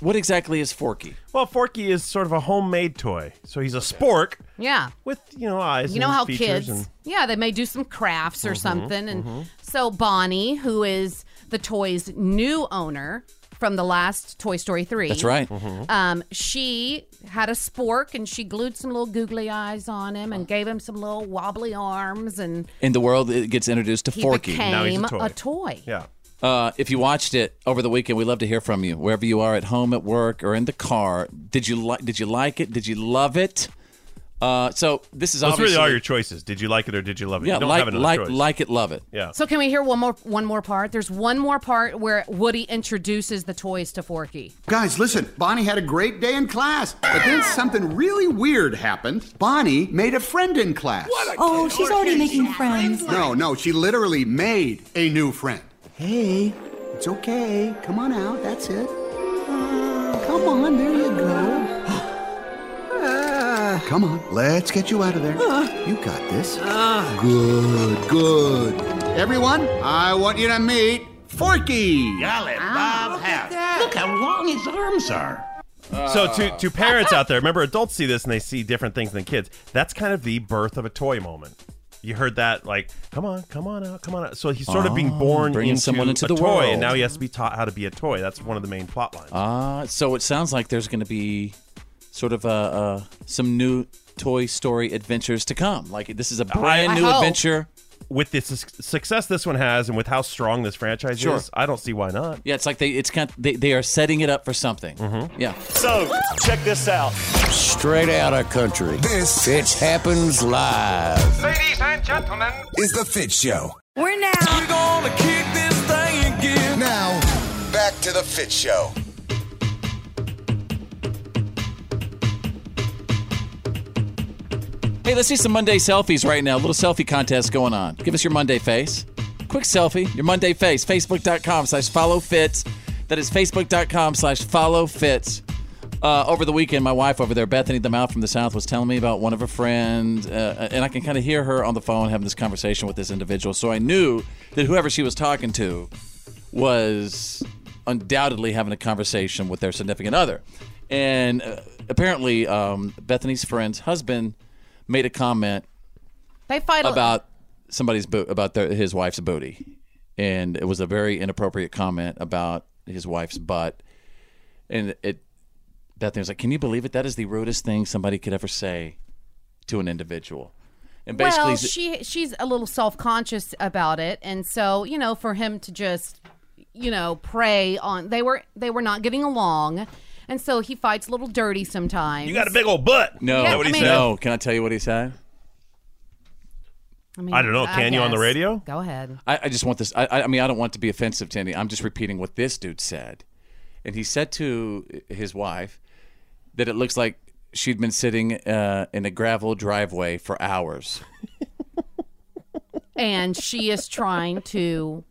A: what exactly is Forky?
C: Well, Forky is sort of a homemade toy, so he's a spork.
B: Yeah.
C: With you know eyes.
B: You know
C: and
B: how
C: features
B: kids,
C: and-
B: yeah, they may do some crafts or
C: Mhm,
B: something. And
C: mhm.
B: so Bonnie, who is the toy's new owner from the last Toy Story 3.
A: That's right.
C: Mm-hmm.
A: Mhm.
B: Um, she had a spork and she glued some little googly eyes on him and gave him some little wobbly arms and
A: In the world, it gets introduced to
B: he
A: Forky.
B: became a toy.
C: Yeah.
A: Uh, if you watched it over the weekend, we'd love to hear from you. Wherever you are, at home, at work, or in the car, did you like? Did you like it? Did you love it? Uh, so this is
C: Those
A: obviously
C: really are your choices. Did you like it or did you love it?
A: yeah,
C: you don't
A: like
C: have another
A: like
C: choice.
A: like it, love it.
C: Yeah.
B: So can we hear one more one more part? There's one more part where Woody introduces the toys to Forky.
R: Guys, listen, Bonnie had a great day in class, but then something really weird happened. Bonnie made a friend in class.
N: Oh, she's already making friends.
R: No, no, she literally made a new friend. Hey, it's okay. Come on out, that's it. Uh, Come on, there you go. Come on, let's get you out of there. You got this. Good, good. Everyone, I want you to meet Forky. Golly, Bob
H: Ah.
R: House. Look how long his arms are.
C: So
A: uh,
C: to to parents out there, remember adults see this and they see different things than kids. That's kind of the birth of a toy moment. You heard that, like, come on, come on out, come on out. So he's sort of being
A: Ah,
C: born
A: bringing
C: into,
A: someone into
C: a
A: the
C: toy,
A: world.
C: and now he has to be taught how to be a toy. That's one of the main plot lines.
A: Uh, so it sounds like there's going to be sort of uh, uh, some new Toy Story adventures to come. Like this is a brand new adventure.
C: With the su- success this one has, and with how strong this franchise
A: Sure.
C: is, I don't see why not.
A: Yeah, it's like they it's kind of, they, they are setting it up for something.
C: Hmm?
A: Mm-hmm. Yeah.
T: So, check this out.
P: Straight out of country. This it happens live.
D: Ladies and gentlemen, is the Fit Show.
N: We're now.
D: We're gonna kick this thing again. Now, back to the Fit Show.
A: Hey, let's see some Monday selfies right now. little selfie contest going on. Give us your Monday face. Quick selfie, your Monday face. Facebook.com slash follow fits. That is facebook.com slash follow fits. Uh, over the weekend, my wife over there, Bethany the Mouth from the South, was telling me about one of her friends, uh, and I can kind of hear her on the phone having this conversation with this individual. So I knew that whoever she was talking to was undoubtedly having a conversation with their significant other. And uh, apparently, um, Bethany's friend's husband made a comment
B: They fight a-
A: about somebody's boot about their, his wife's booty, and it was a very inappropriate comment about his wife's butt, and it. Bethany was like, "Can you believe it? That is the rudest thing somebody could ever say to an individual." And basically,
B: well, she she's a little self conscious about it, and so you know, for him to just you know prey on they were they were not getting along, and so he fights a little dirty sometimes.
C: You got a big old butt.
A: no,
B: Yeah, I mean-
A: no. Can I tell you what he said?
B: mean,
A: I don't know. Can you on the
B: guess.
A: radio?
B: Go ahead.
A: I, I just want this. I, I- I mean, I don't want to be offensive to any. I'm just repeating what this dude said, and he said to his wife that it looks like she'd been sitting uh, in a gravel driveway for hours.
B: And she is trying to.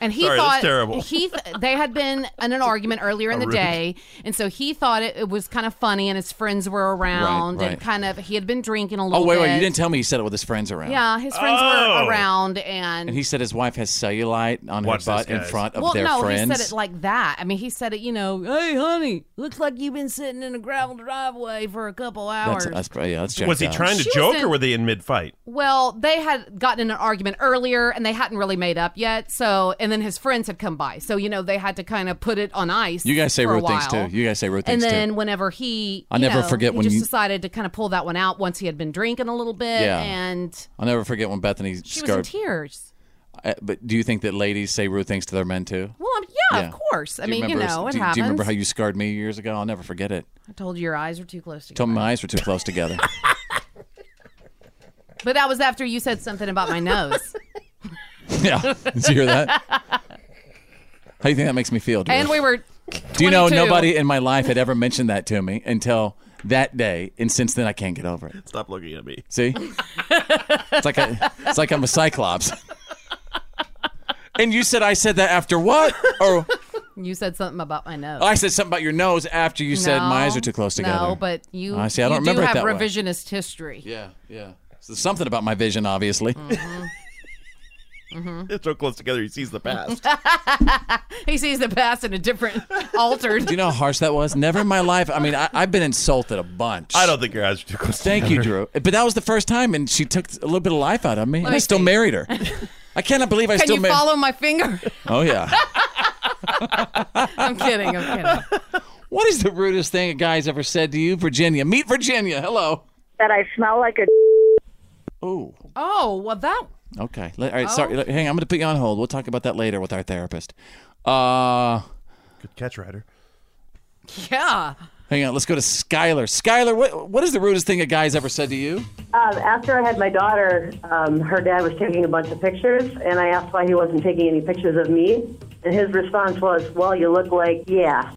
B: And he
A: Sorry, that's
B: thought
A: terrible.
B: he th- they had been in an argument earlier in
A: How
B: the
A: rude.
B: day, and so he thought it, it was kind of funny, and his friends were around,
A: right.
B: and kind of he had been drinking a little.
A: Oh wait,
B: bit.
A: wait! You didn't tell me he said it with his friends around.
B: Yeah, his friends
A: Oh.
B: were around, and
A: And he said his wife has cellulite on
C: Watch this,
A: her butt in
C: guys.
A: front of
B: well,
A: their
B: no,
A: friends.
B: he said it like that. I mean, he said it, you know, hey, honey, looks like you've been sitting in a gravel driveway for a couple hours.
A: that's, that's, yeah, that's
C: Was he
A: jacked up.
C: trying to
B: She was
C: joke,
B: in-
C: or were they in mid fight?
B: well, they had gotten in an argument earlier, and they hadn't really made up yet. So, and then his friends had come by, so you know they had to kind of put it on ice.
A: You guys say
B: for a
A: rude things too.
B: while.
A: You guys say rude
B: and
A: things
B: then
A: too.
B: whenever he,
A: I
B: you
A: never
B: know,
A: forget
B: he
A: when
B: just
A: you-
B: decided to kind of pull that one out once he had been drinking a little bit,
A: Yeah.
B: and
A: I'll never forget when Bethany
B: she was in
A: scarred.
B: tears.
A: Uh, but do you think that ladies say rude things to their men too?
B: Well, I'm, yeah, of course. I
A: Do
B: mean, you,
A: remember-
B: know, it
A: do,
B: happens.
A: Do you remember how you scarred me years ago? I'll never forget it.
B: I told you your eyes were too close together.
A: Told me my eyes were too close together.
B: But that was after you said something about my nose.
A: yeah. Did you hear that? How Oh, do you think that makes me feel? Drew?
B: and we were.
A: Do you know
B: 22.
A: nobody in my life had ever mentioned that to me until that day, and since then I can't get over it.
C: Stop looking at me.
A: See, it's like I, it's like I'm a cyclops. and you said I said that after what? Or
B: You said something about my nose.
A: Oh, I said something about your nose after you said my eyes
B: No,
A: are too close together.
B: No, but you.
A: I see. I don't
B: you
A: remember
B: do
A: it
B: have
A: that way.
B: revisionist history.
A: Yeah, yeah. So there's something about my vision, obviously.
B: Mm-hmm. hmm
C: They're so close together, he sees the past.
B: he sees the past in a different, altered.
A: Do you know how harsh that was? Never in my life. I mean, I, I've been insulted a bunch. I don't
C: think your eyes are too close.
A: Thank you, Drew. But that was the first time, and she took a little bit of life out of me,
B: Let
A: and I
B: me
A: still married her. I cannot believe I
B: Can
A: still
B: you
A: married.
B: follow my finger?
A: Oh yeah.
B: I'm kidding. I'm kidding.
A: What is the rudest thing a guy's ever said to you, Virginia? Meet Virginia. Hello.
U: That I smell like a.
A: Oh,
B: Oh well, that
A: okay. Let- All right. Sorry.
U: Oh.
A: Let- Hang. on, I'm going to put you on hold. We'll talk about that later with our therapist. Uh,
C: Good catch, Ryder.
B: yeah.
A: Hang on. Let's go to Skylar. Skylar, what what is the rudest thing a guy's ever said to you?
U: Um, after I had my daughter, um, her dad was taking a bunch of pictures, and I asked why he wasn't taking any pictures of me. And his response was, Well, you look like, yeah.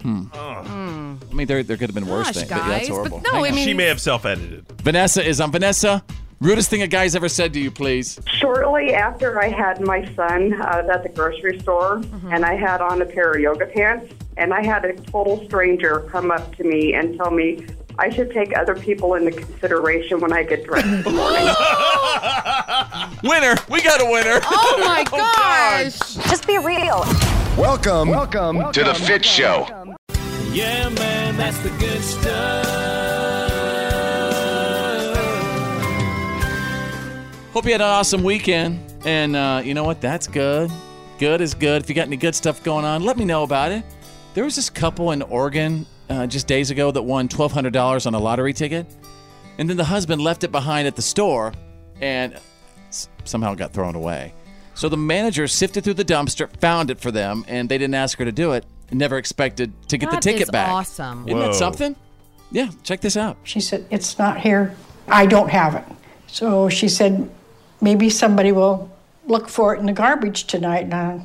A: Hmm. I mean, there there could have been worse
U: Gosh,
A: things. but yeah, that's
U: guys, but
A: horrible.
U: no,
A: Hang
U: I
A: on.
U: mean- She may
C: have self-edited.
A: Vanessa is on. Vanessa, rudest thing a guy's ever said to you, please.
U: Shortly after I had my son, I was at the grocery store, and I had on a pair of yoga pants, and I had a total stranger come up to me and tell me I should take other people into consideration when I get dressed in the morning.
A: Winner. We got a winner.
U: Oh my
J: gosh.
N: Just be real.
J: Welcome, welcome to the Fit Show.
H: Yeah, man, that's the good stuff.
A: Hope you had an awesome weekend. And uh, you know what? That's good. Good is good. If you got any good stuff going on, let me know about it. There was this couple in Oregon uh, just days ago that won $1,200 on a lottery ticket. And then the husband left it behind at the store and s- somehow got thrown away. So the manager sifted through the dumpster, found it for them, and they didn't ask her to do it. Never expected to get
B: That
A: the ticket
B: is
A: back.
B: awesome.
A: Isn't
B: Whoa.
A: that something? Yeah, check this out.
V: She said, It's not here. I don't have it. So she said, Maybe somebody will look for it in the garbage tonight. And I,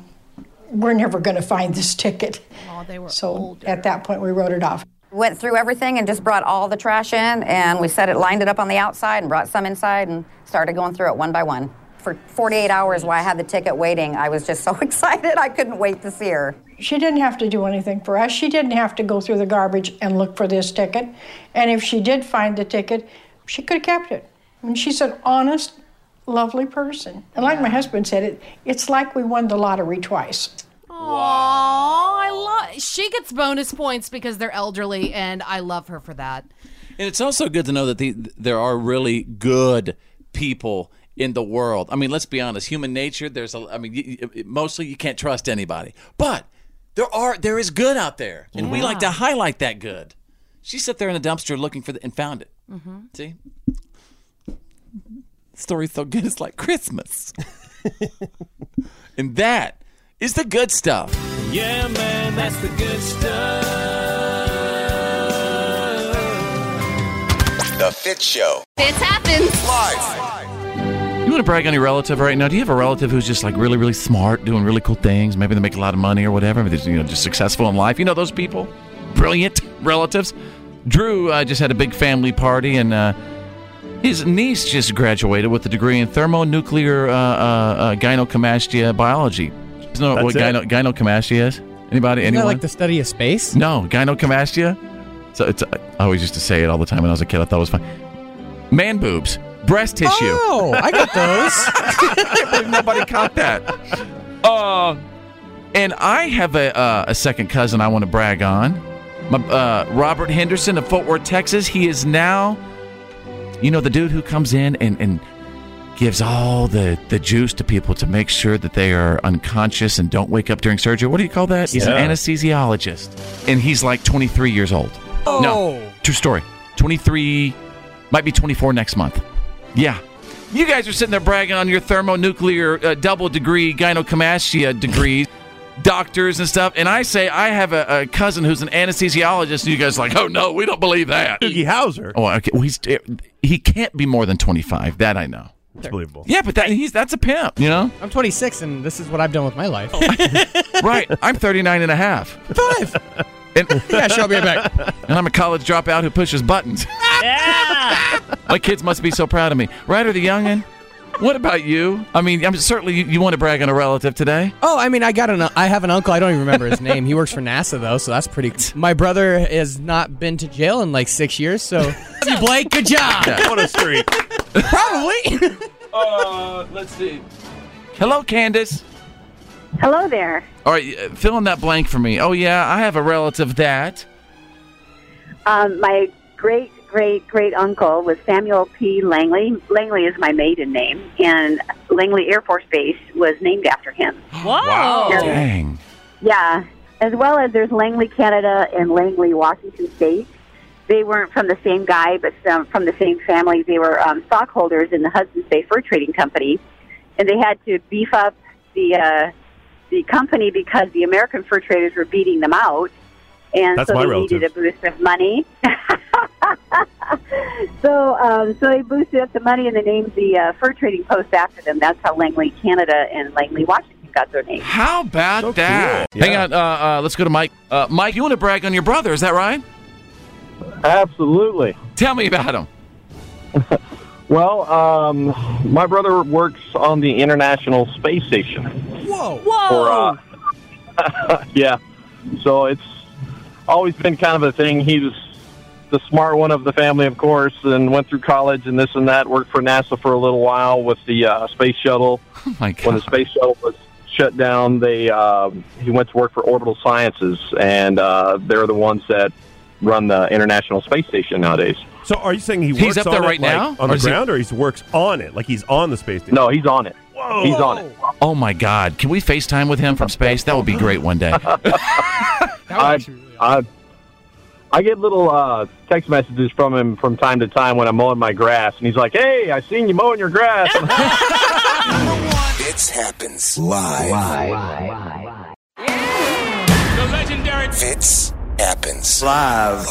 V: we're never going to find this ticket. Oh, they were so at that point, we wrote it off.
W: Went through everything and just brought all the trash in, and we set it, lined it up on the outside, and brought some inside, and started going through it one by one. for 48 hours while I had the ticket waiting. I was just so excited. I couldn't wait to see her.
V: She didn't have to do anything for us. She didn't have to go through the garbage and look for this ticket. And if she did find the ticket, she could have kept it. I mean, she's an honest, lovely person. And like my husband said, it, it's like we won the lottery twice.
B: Aw, I love. She gets bonus points because they're elderly, and I love her for that.
A: And it's also good to know that the, there are really good people in the world. I mean, let's be honest. Human nature. There's a. I mean, you, you- mostly you can't trust anybody, but there are there is good out there, and we like to highlight that good. She sat there in the dumpster looking for the, and found it.
F: Mm-hmm.
A: See, story's so good it's like Christmas. and that is the good stuff.
H: Yeah, man, that's the good stuff.
D: The Fit Show.
I: Fits happens.
A: You want to brag on your relative right now? Do you have a relative who's just like really, really smart, doing really cool things? Maybe they make a lot of money or whatever. Maybe they're you know, just successful in life. You know those people, brilliant relatives. Drew uh, just had a big family party, and uh, his niece just graduated with a degree in thermonuclear uh, uh, uh, gynecomastia biology. You know
E: That's
A: what
E: it?
A: gyno- gynecomastia is? Anybody?
E: Isn't that
A: anyone?
E: like the study of space?
A: No, gynecomastia. So it's I always used to say it all the time when I was a kid. I thought it was fun. Man boobs, breast tissue.
E: Oh, I got
A: those. Nobody caught that. Uh, and I have a, uh, a second cousin I want to brag on. My, uh, Robert Henderson of Fort Worth, Texas. He is now, you know, the dude who comes in and, and gives all the, the juice to people to make sure that they are unconscious and don't wake up during surgery. What do you call that? He's
E: Yeah.
A: an anesthesiologist. And he's like 23 years old. No.
E: Oh.
A: True story. 23, might be 24 next month. Yeah. You guys are sitting there bragging on your thermonuclear uh, double degree gynecomastia degree, doctors and stuff. And I say I have a, a cousin who's an anesthesiologist, and you guys are like, oh no, we don't believe that. Doogie Hauser. Oh, okay. Well, he's
X: eh,
A: he can't be more than 25. That I know.
C: It's believable.
A: Yeah, but that he's that's a pimp, you know?
E: I'm 26, and this is what I've done with my life.
A: Oh. right. I'm 39 and a half. Five. And,
E: Yeah, sure, I'll be right
A: back. And I'm a college dropout who pushes buttons. My kids must be so proud of me. Ryder the youngin, what about you? I mean, I'm certainly you, you want to brag on a relative today.
E: Oh, I mean, I got an I have an uncle. I don't even remember his name. He works for NASA though, so that's pretty. My brother has not been to jail in like six years, so Love you, Blake, good job.
A: Yeah.
C: What a streak.
E: Probably.
A: uh, let's see. Hello, Candace.
G: Hello there.
A: All right, uh, fill in that blank for me. Oh yeah, I have a relative that.
G: Um, my great great great uncle was Samuel P. Langley. Langley is my maiden name, and Langley Air Force Base was named after him.
A: Wow. Dang.
G: Yeah, as well as there's Langley, Canada, and Langley, Washington State. They weren't from the same guy, but some, from the same family. They were um, stockholders in the Hudson's Bay Fur Trading Company, and they had to beef up the uh, the company because the American fur traders were beating them out, and
Y: That's
G: so
Y: my
G: they
Y: relative.
G: needed a boost of money. so, um, so they boosted up the money, and they named the uh, fur trading post after them. That's how Langley, Canada, and Langley, Washington got their name.
A: How about that? Hang on. Uh, uh, let's go to Mike. Uh, Mike, you want to brag on your brother? Is that right?
X: Absolutely.
A: Tell me about him.
X: Well, um, my brother works on the International Space Station.
E: Whoa.
X: Whoa. yeah. So it's always been kind of a thing. He was the smart one of the family, of course, and went through college and this and that. Worked for NASA for a little while with the uh, space shuttle.
A: Oh my
X: When the space shuttle was shut down, they um, he went to work for Orbital Sciences, and uh, they're the ones that run the International Space Station nowadays.
C: So are you saying he works
X: He's up
C: on
X: there
C: it,
X: right
C: like,
X: now? Or
C: on the
X: is he-
C: ground, or he works on it like he's on the space station?
X: No, he's on it. He's on it.
A: Oh my God! Can we FaceTime with him from space? That would be great one day.
X: I, I, I get little uh, text messages from him from time to time when I'm mowing my grass, and he's like, "Hey, I seen you mowing your grass."
D: Fits happens live. The legendary Fits happens live.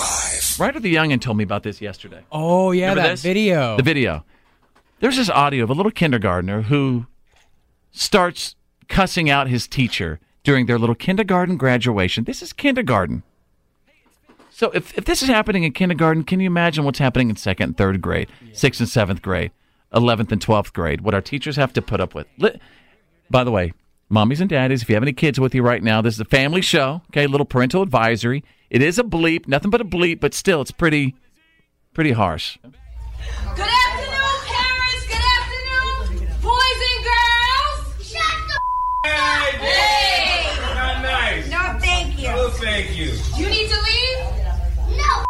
A: Ryder the Youngin told me about this yesterday.
E: Oh yeah,
A: Remember
E: that
A: this?
E: video.
A: The video. There's this audio of a little kindergartner who starts cussing out his teacher during their little kindergarten graduation. This is kindergarten. So if, if this is happening in kindergarten, can you imagine what's happening in second and third grade, sixth and seventh grade? 11th and 12th grade, what our teachers have to put up with. Li- By the way, mommies and daddies, if you have any kids with you right now, this is a family show, okay? Little parental advisory. It is a bleep, nothing but a bleep, but still, it's pretty, pretty harsh.
F: Good afternoon, parents. Good afternoon, boys and girls. Shut the
K: Hey,
F: up. Hey.
K: Not nice.
F: No, thank you.
K: No, thank you.
F: You need to leave. No.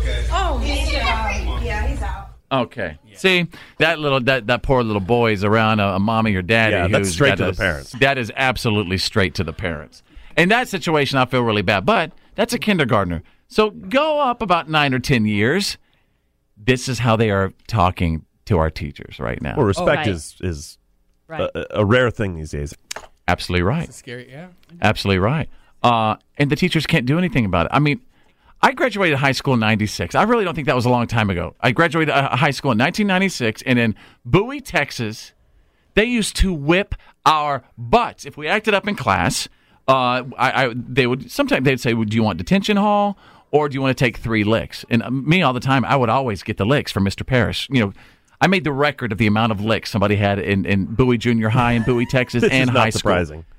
K: Okay.
F: Oh, he's
K: He's
F: out. Yeah, he's out.
A: Okay. See that little that, that poor little boy is around a, a mommy or daddy.
C: Yeah, that's
A: who's
C: straight
A: got
C: to the
A: a-
C: parents.
A: That is absolutely straight to the parents. In that situation, I feel really bad. But that's a kindergartner. So go up about nine or ten years. This is how they are talking to our teachers right now.
C: Well, respect is is
B: Right.
C: a, a rare thing these days.
A: Absolutely right.
E: Scary, yeah.
A: Absolutely right. Uh, and the teachers can't do anything about it. I mean, I graduated high school in 96. I really don't think that was a long time ago. I graduated uh, high school in 1996, and in Bowie, Texas, they used to whip our butts. If we acted up in class, uh, I, I, they would sometimes they'd say, well, Do you want detention hall? Or do you want to take three licks? And uh, me, all the time, I would always get the licks from Mr. Parrish. You know, I made the record of the amount of licks somebody had in, in Bowie Junior High in Bowie, Texas,
C: This
A: and
C: is not
A: high
C: surprising.
A: school.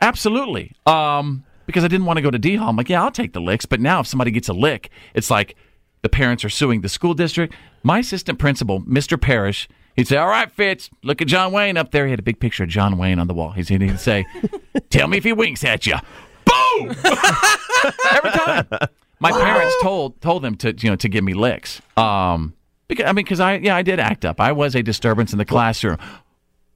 A: Absolutely. Um, because I didn't want to go to D Hall. I'm like, yeah, I'll take the licks. But now if somebody gets a lick, it's like the parents are suing the school district. My assistant principal, Mr. Parrish, he'd say, All right, Fitz, look at John Wayne up there. He had a big picture of John Wayne on the wall. He'd, he'd say, Tell me if he winks at you. Boom! Every time. My parents told told them to you know to give me licks. Um, because I mean, because I yeah I did act up. I was a disturbance in the classroom.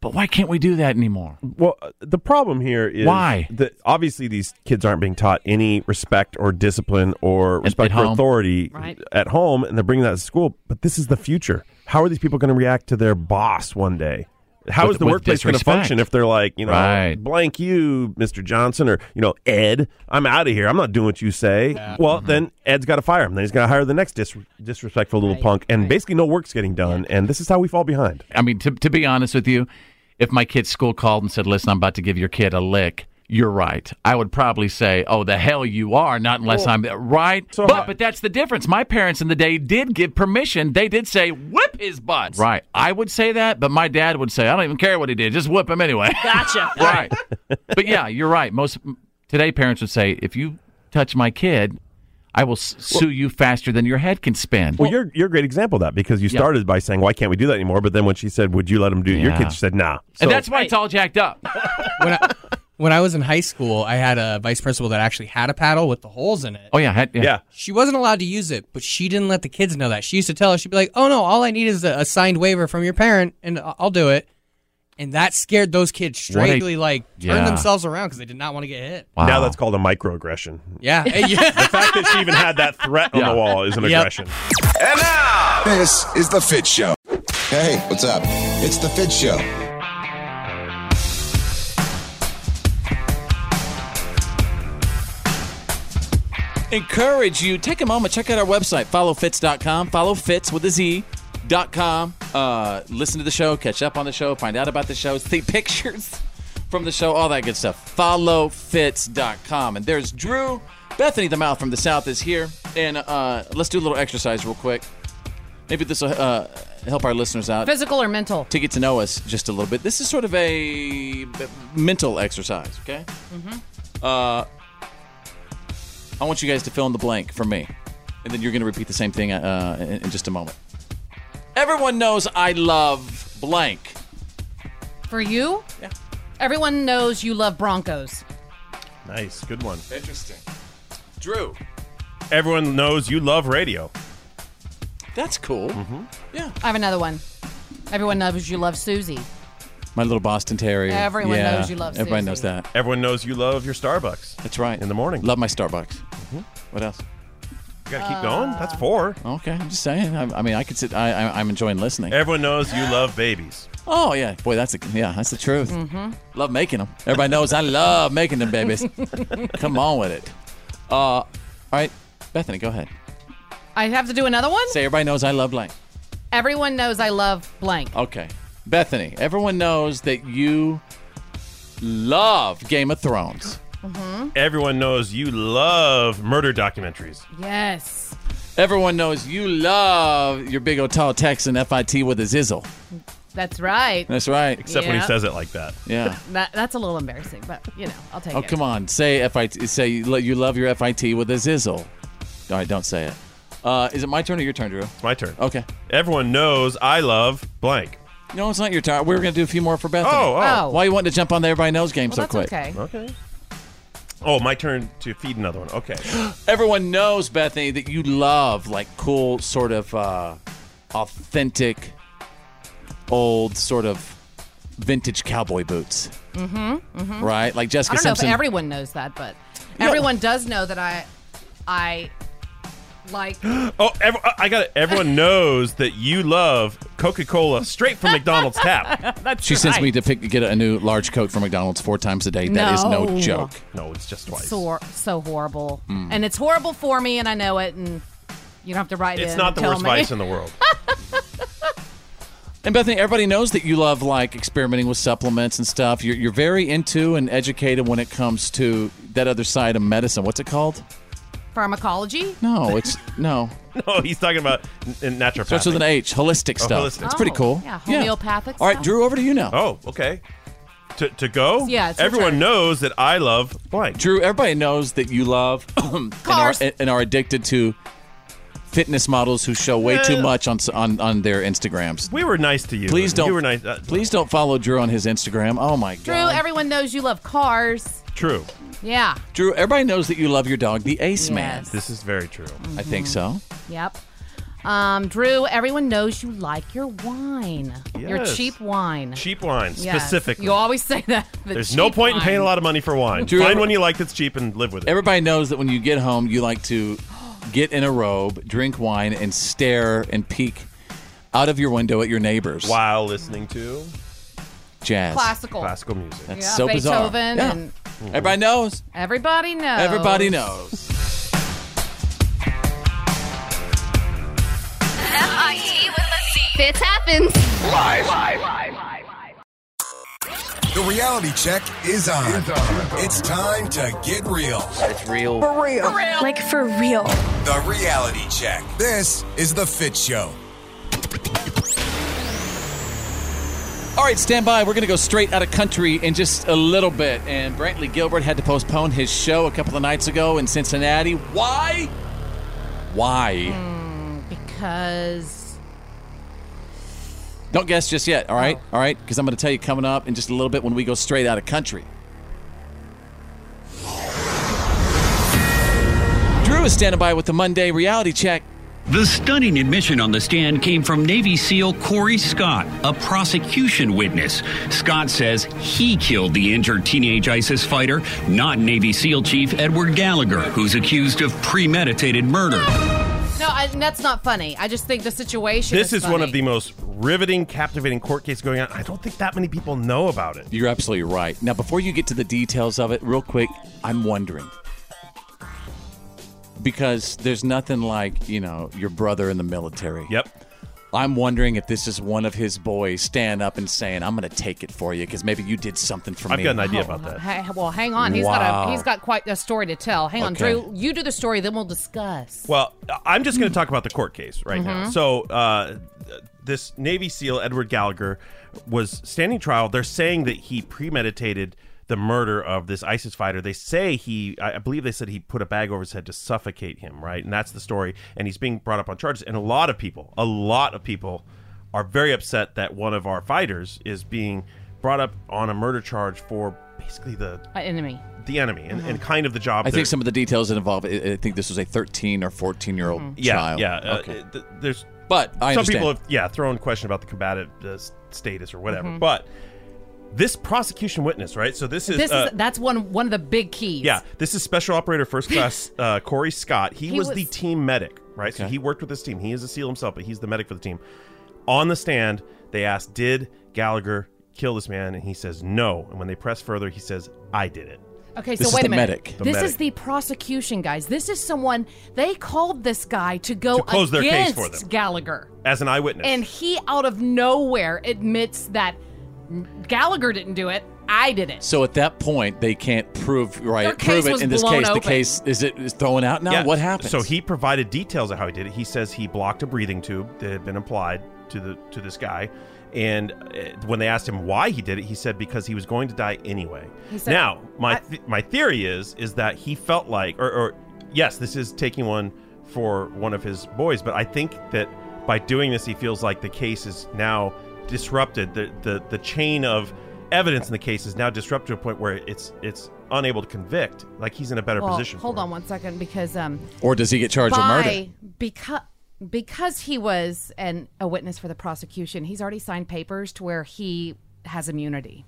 A: But why can't we do that anymore?
C: Well, uh, the problem here is
A: Why?
C: That obviously these kids aren't being taught any respect or discipline or respect for
A: home.
C: authority
A: Right.
C: at home, and they're bringing that to school. But this is the future. How are these people going to react to their boss one day? How is
A: With-
C: the
A: with
C: workplace going to
A: disrespect.
C: function if they're like, you know, blank you, Mr. Johnson, or you know, Ed, I'm out of here. I'm not doing what you say. Well,
A: Mm-hmm.
C: then Ed's got to fire him. Then he's got to hire the next dis- disrespectful little punk, and basically no work's getting done. And this is how we fall behind.
A: I mean, to, to be honest with you, if my kid's school called and said, listen, I'm about to give your kid a lick, you're right. I would probably say, oh, the hell you are, not unless
L: Well,
A: I'm right. but, but that's the difference. My parents in the day did give permission. They did say, whip his butts. Right. I would say that, but my dad would say, I don't even care what he did, just whip him anyway.
L: Gotcha.
A: right. But yeah, you're right. Most today parents would say, if you touch my kid, I will s- sue you faster than your head can spin.
C: Well, you're you're a great example of that because you
A: Yeah.
C: started by saying, "Why can't we do that anymore?" But then when she said, "Would you let him do it?" your
A: Yeah.
C: kids said, "Nah."
A: and that's why it's all jacked up.
E: When I was in high school, I had a vice principal that actually had a paddle with the holes in it.
A: Oh, yeah. had- yeah.
E: She wasn't allowed to use it, but she didn't let the kids know that. She used to tell us, she'd be like, oh no, all I need is a, a signed waiver from your parent and I- I'll do it. And that scared those kids
C: What a-
E: straightly, like, turned
C: Yeah.
E: themselves around because they did not want to get hit.
C: Now that's called a microaggression.
E: Yeah. the
C: fact that she even had that threat on the wall is an
D: Yep.
C: aggression.
D: This is The Fit Show. Hey, what's up? It's The Fit Show.
A: encourage you take a moment check out our website followfits.com follow fits with a z dot com uh, listen to the show catch up on the show find out about the show see pictures from the show all that good stuff followfits.com and there's drew bethany the mouth from the south is here and uh, let's do a little exercise real quick maybe this will uh, help our listeners out
B: Physical or mental?
A: to get to know us just a little bit this is sort of a b- mental exercise okay
B: Mm-hmm.
A: uh, I want you guys to fill in the blank for me, and then you're going to repeat the same thing uh, in, in just a moment. Everyone knows I love blank.
B: For you? Yeah. Everyone knows you love Broncos.
C: Nice, good one.
A: Interesting. Drew.
C: Everyone knows you love radio.
A: That's cool. Mm-hmm. Yeah.
B: I have another one. Everyone knows you love Susie.
A: My little Boston Terrier.
B: Everyone knows you love
A: Everybody
B: Susie.
A: knows that.
C: Everyone knows you love your Starbucks.
A: That's right.
C: In the morning,
A: love my Starbucks. What else?
C: You gotta keep
A: Uh,
C: going. That's four.
A: Okay, I'm just saying. I, I mean, I could sit. I, I, I'm enjoying listening.
C: Everyone knows you love babies.
A: Oh yeah, boy, that's the yeah, that's the truth.
F: Mm-hmm.
B: Mhm.
A: Love making them. Everybody knows I love making them babies. Come on with it. Uh, all right, Bethany, go ahead.
B: I have to do another one?
A: Say everybody knows I love blank.
B: Everyone knows I love blank.
A: Okay. Bethany, everyone knows that you love Game of Thrones.
B: Mm-hmm.
C: Everyone knows you love murder documentaries.
B: Yes.
A: Everyone knows you love your big old tall Texan FIT with a zizzle.
B: That's right.
A: That's right.
B: Except when he Yeah. says it
A: like that. Yeah.
B: That, that's a little embarrassing, but you know, I'll take
A: Oh,
B: it.
A: come on. Say FIT. Say you lo- you love your FIT with a zizzle. All right, don't say it. Uh, is it my turn or your turn, Drew? It's
C: my turn.
A: Okay.
C: Everyone knows I love blank.
A: No, it's not your turn. We were going to do a few more for Bethany.
C: Oh, oh. Oh.
A: Why you wanting to jump on the Everybody Knows game so quick?
C: Okay. Oh, my turn to feed another one. Okay.
A: Everyone knows, Bethany, that you love like cool, sort of uh, authentic, old, sort of vintage cowboy boots,
B: Mm-hmm. mm-hmm.
A: right? Like Jessica
B: I don't
A: Simpson.
B: know if everyone knows that, but everyone does know that I, I like.
C: Oh, ev- I got it. Everyone knows that you love Coca Cola straight from McDonald's tap.
B: That's
A: she sends
B: right.
A: me to pick, get a new large coat from McDonald's four times a day. That is
B: No.
A: no joke.
C: No, it's just
B: It's so, so horrible,
A: Mm.
B: and it's horrible for me, and I know it, and you don't have to write it.
A: It's
B: in
A: not
B: and
A: the
B: tell
A: worst
B: me.
A: vice in the world. And Bethany, everybody knows that you love like experimenting with supplements and stuff. You're, you're very into and educated when it comes to that other side of medicine. What's it called?
B: Pharmacology?
A: No, it's no.
C: no, he's talking about n- naturopathy.
A: Starts with an H. Holistic
C: Oh,
A: stuff.
C: holistic.
A: It's pretty cool.
B: Yeah, homeopathic.
A: All right, Drew, over to you now.
C: Oh, okay. To, to go?
B: Yeah, it's your
C: Everyone
B: turn.
C: knows that I love blank.
A: Drew, everybody knows that you love and, are,
B: Cars.
A: and are addicted to fitness models who show way too
C: Yeah.
A: much on s- on, on their Instagrams.
C: Eh. We were nice to you.
A: Please don't.
C: You were nice. uh,
A: please don't follow Drew on his Instagram. Oh my
B: Drew,
A: god.
B: everyone knows you love cars.
C: True.
B: Yeah.
A: Drew, everybody knows that you love your dog, the Ace Man.
C: This is very true.
A: I think
B: Mm-hmm.
A: so.
B: Yep. Um, Drew, everyone knows you like your wine. Your
C: Yes.
B: cheap wine.
C: Oh. Cheap wine,
B: Yes.
C: specifically.
B: You always say that. the
C: There's no
B: cheap
C: point in
B: wine.
C: paying a lot of money for wine.
A: Drew,
C: Find
A: every-
C: one you like that's cheap and live with it.
A: Everybody knows that when you get home, you like to get in a robe, drink wine, and stare and peek out of your window at your neighbors.
C: While listening to
A: Jazz.
B: Classical.
C: Classical music.
A: That's
B: Yeah,
A: so bizarre.
B: Beethoven
A: Yeah.
B: and-
A: Everybody knows.
B: Everybody knows.
A: Everybody knows.
I: FIT E with a C. Fits happens.
D: Live.
I: Live. Live.
D: The reality check is on. It's time to get real. It's real.
N: For real. Like for real.
D: The reality check. This is The Fit Show.
A: All right, stand by. We're going to go straight out of country in just a little bit. And Brantley Gilbert had to postpone his show a couple of nights ago in Cincinnati. Why? Why?
B: Because
A: Don't guess just yet, all right? All right? Because I'm going to tell you coming up in just a little bit when we go straight out of country. Drew is standing by with the Monday reality check.
Q: The stunning admission on the stand came from Navy SEAL Corey Scott, a prosecution witness. Scott says he killed the injured teenage ISIS fighter, not Navy SEAL Chief Edward Gallagher, who's accused of premeditated murder.
B: no, I, that's not funny. I just think the situation.
C: This is one
B: funny.
C: of the most riveting, captivating court cases going on. I don't think that many people know about it.
A: You're absolutely right. Now, before you get to the details of it, real quick, I'm wondering. Because there's nothing like, you know, your brother in the military. Yep. I'm wondering if this is one of his boys standing up and saying, I'm going to take it for you because maybe you did something for
C: I've
A: me.
C: got an idea about that.
B: Hey, well, hang on. He's got
A: Wow.
B: a, he's got quite a story to tell. Hang on,
C: Okay.
B: Drew. You do the story, then we'll discuss.
C: Well, I'm just going to talk about the court case right now.
B: Mhm.
C: So, uh, this Navy SEAL Edward Gallagher was standing trial. They're saying that he premeditated the murder of this ISIS fighter. They say he, I I believe they said he put a bag over his head to suffocate him, right? And that's the story. And he's being brought up on charges. And a lot of people, a lot of people are very upset that one of our fighters is being brought up on a murder charge for basically the
B: Uh, enemy. Uh-huh.
C: the enemy and,
B: Mm-hmm.
C: and kind of the job
A: I
C: they're-
A: think some of the details that involve, I I think this was a 13 or 14 year old
C: Yeah,
A: child.
C: yeah. uh,
A: Okay.
C: th- there's
A: but I
C: some
A: understand. Mm-hmm.
C: people have yeah thrown question about the combative uh, s- status or whatever.
B: Mhm.
C: But this prosecution witness, right? So this is
B: This
C: uh,
B: is that's one one of the big keys.
C: yeah, this is Special Operator First Class uh, Corey Scott. He,
B: He
C: was, the
B: was-
C: team medic, right? So he worked with this team. He is a SEAL himself, but he's the medic for the team. On the stand, they asked, "Did Gallagher kill this man?" And he says, "No." And when they press further, he says, "I did it."
B: Okay,
C: This
B: so
C: is
B: wait
C: the
B: a minute.
C: medic. The
B: This
C: medic.
B: is the prosecution, guys. This is someone they called this guy to go
C: To close their case
B: against
C: for them.
B: Gallagher,
C: As an eyewitness,
B: and he out of nowhere admits that Gallagher didn't do it. I did it.
A: So at that point, they can't prove right.
B: Their
A: Prove
B: case was
A: it in this
B: blown
A: case. The
B: open.
A: case is it is thrown out now.
C: Yeah.
A: What happened?
C: So he provided details of how he did it. He says he blocked a breathing tube that had been applied to the to this guy, and uh, when they asked him why he did it, he said because he was going to die anyway.
L: He said-
C: now, my
L: I-
C: th- my theory is is that he felt like, or, or yes, this is taking one for one of his boys, but I think that by doing this, he feels like the case is now disrupted. The the the chain of evidence in the case is now disrupted to a point where it's it's unable to convict. Like he's in a better
B: Well,
C: position.
B: Hold on one second because um
A: Or does he get charged with murder?
B: Because because he was an a witness for the prosecution, he's already signed papers to where he has immunity.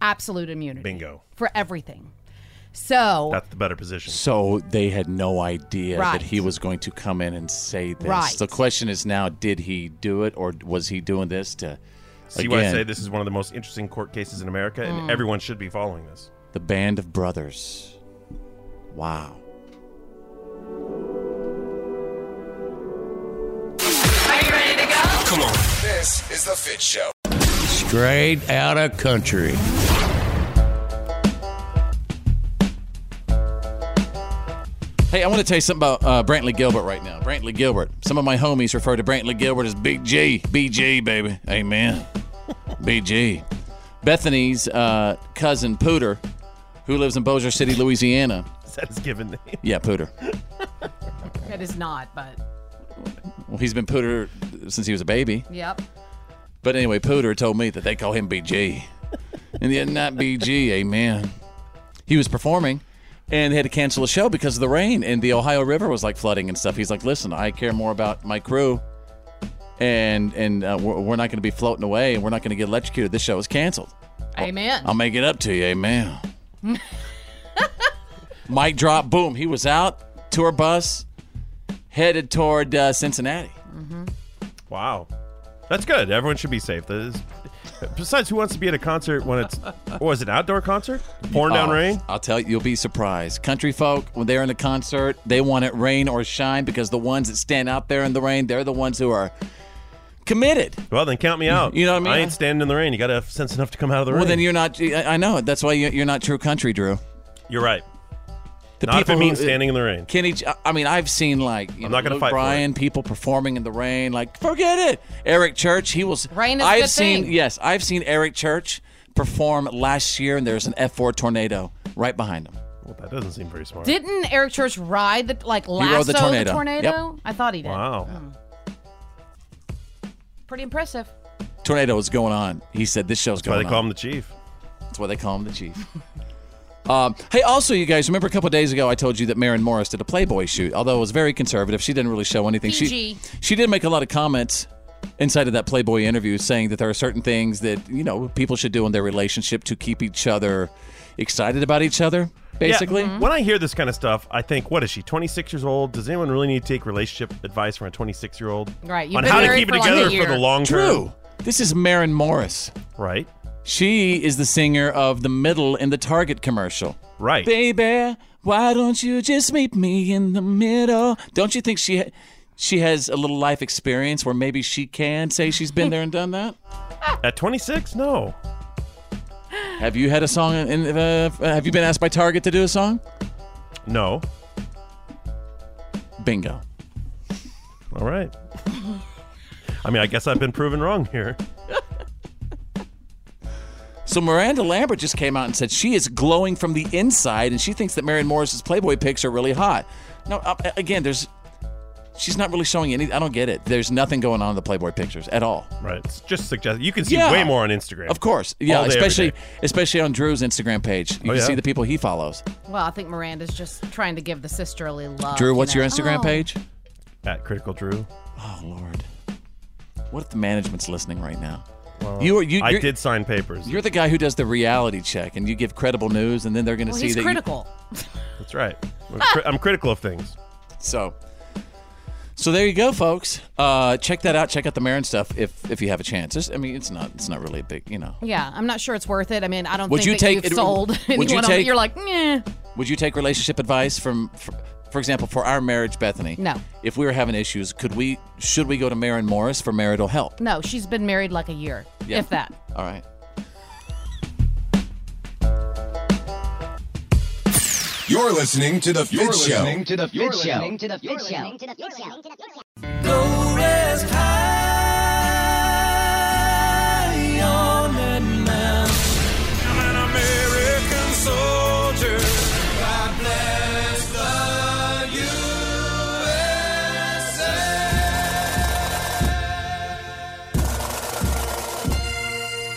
B: Absolute immunity.
C: Bingo.
B: For everything. So
C: That's the better position.
A: So they had no idea
B: Right.
A: that he was going to come in and say this.
B: Right.
A: The question is now: Did he do it, or was he doing this to?
C: See why I say this is one of the most interesting court cases in America, and
B: Hmm.
A: Mm.
C: everyone should be following this.
A: The band of brothers. Wow.
D: Come on. This is The Fit Show.
P: Straight out of country.
A: Hey, I want to tell you something about uh, Brantley Gilbert right now. Brantley Gilbert. Some of my homies refer to Brantley Gilbert as Big G. BG, baby. Amen. BG. Bethany's uh, cousin, Pooter, who lives in Bossier City, Louisiana.
C: Is that his given name?
A: Yeah, Pooter.
B: That is not, but
A: Well, he's been Pooter since he was a baby.
B: yep.
A: But anyway, Pooter told me that they call him BG. and yet not BG, amen. He was performing and they had to cancel the show because of the rain and the Ohio River was like flooding and stuff. He's like, listen, I care more about my crew and and uh, we're, we're not going to be floating away and we're not going to get electrocuted. This show is canceled.
B: Amen.
A: I'll make it up to you, amen. Mic drop, boom. He was out, tour bus, headed toward uh, Cincinnati.
C: Wow. That's good. Everyone should be safe. That is, besides, who wants to be at a concert when it's, what was it, an outdoor concert? Pouring down
A: Oh,
C: rain?
A: I'll tell you, you'll be surprised. Country folk, when they're in a concert, they want it rain or shine because the ones that stand out there in the rain, they're the ones who are committed.
C: Well, then count me out.
A: You know what I mean?
C: I ain't standing in the rain. You got to have sense enough to come out of the
A: well,
C: rain.
A: then you're not. I I know. That's why you- you're not true country, Drew.
C: You're right.
A: The
C: Not if it
A: people
C: means
A: who-
C: standing in the rain.
A: Kenny, J- I mean, I've seen like you
C: I'm
A: know,
C: not gonna
A: Luke
C: fight for it.
A: Bryan people performing in the rain. Like, forget it. Eric Church, he was.
B: Rain is a
A: I've
B: good
A: seen
B: thing.
A: yes, I've seen Eric Church perform last year, and there's an F4 tornado right behind him.
C: Well, that doesn't seem very smart.
B: Didn't Eric Church ride the like
A: rode the
B: lasso the tornado?
A: tornado.
B: I thought he did. Hmm.
A: Wow.
B: Pretty impressive.
A: tornado was going on. He said this show's
C: why
A: going on.
C: they call him the chief.
A: That's why they call him the chief. um, hey, also, you guys remember a couple days ago I told you that Maren Morris did a Playboy shoot, although it was very conservative. She didn't really show anything. She
M: PG.
A: she did make a lot of comments inside of that Playboy interview, saying that there are certain things that you know people should do in their relationship to keep each other excited about each other. Basically,
B: Mm-hmm.
C: Yeah, when I hear this kind of stuff, I think, what is she, 26 years old? Does anyone really need to take relationship advice from a 26 year old?
B: Right, you've
C: On
B: been
C: how to
B: married
C: keep it
B: for like a
C: together for the
B: year.
C: long term.
A: True. This is Maren Morris.
C: Right.
A: She is the singer of the middle in the Target commercial.
C: Right.
A: Baby, why don't you just meet me in the middle? Don't you think she ha- she has a little life experience where maybe she can say she's been there and done that?
C: At 26? No.
A: Have you had a song in, in uh, have you been asked by Target to do a song?
C: No.
A: Bingo.
C: All right. I mean, I guess I've been proven wrong here.
A: So Miranda Lambert just came out and said she is glowing from the inside, and she thinks that Marion Morris's Playboy pics are really hot. No, uh, again, there's she's not really showing any. I don't get it. There's nothing going on in the Playboy pictures at all.
C: Right. It's just suggest you can see
A: Yeah.
C: way more on Instagram.
A: Of course, yeah, especially especially on Drew's Instagram page. You
C: Oh,
A: can
C: yeah?
A: see the people he follows.
B: Well, I think Miranda's just trying to give the sisterly love.
A: Drew,
B: you
A: what's your
B: know?
A: Instagram
B: Oh.
A: page?
C: At Critical Drew.
A: Oh Lord, what if the management's listening right now?
C: Well,
A: you are you.
C: I
A: you're-
C: did sign papers.
A: You're the guy who does the reality check, and you give credible news, and then they're going to
B: Well,
A: see
B: he's
A: that. you-
B: critical.
C: That's right. I'm, cri- I'm critical of things.
A: So, so there you go, folks. Uh, check that out. Check out the Marin stuff if if you have a chance. It's- I mean, it's not it's not really a big, you know.
B: Yeah, I'm not sure it's worth it. I mean, I don't
A: Would
B: think
A: you
B: that
A: take-
B: you've
A: it-
B: sold
A: would you
B: anyone on it.
A: take-
B: You're like, eh.
A: Would you take relationship advice from, for, for example, for our marriage, Bethany?
B: No.
A: If we were having issues, could we should we go to Marin Morris for marital help?
B: No, she's been married like a year,
A: Yeah.
B: if that.
A: All right.
D: You're listening to The
J: You're
D: Fit Show.
J: listening to The Fit Show.
L: to the Fit Show.
H: I'm an American soldier. God bless the USA.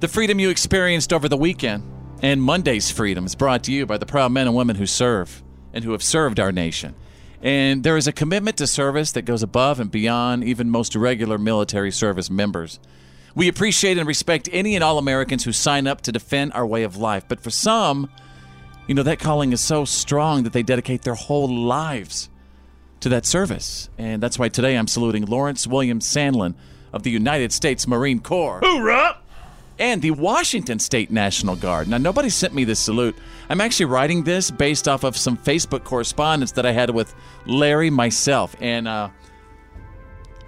A: The freedom you experienced over the weekend and Monday's freedom is brought to you by the proud men and women who serve and who have served our nation. And there is a commitment to service that goes above and beyond even most regular military service members. We appreciate and respect any and all Americans who sign up to defend our way of life. But for some, you know, that calling is so strong that they dedicate their whole lives to that service. And that's why today I'm saluting Lawrence William Sandlin of the United States Marine Corps. Hoorah! And the Washington State National Guard. Now, nobody sent me this salute. I'm actually writing this based off of some Facebook correspondence that I had with Larry myself. And uh,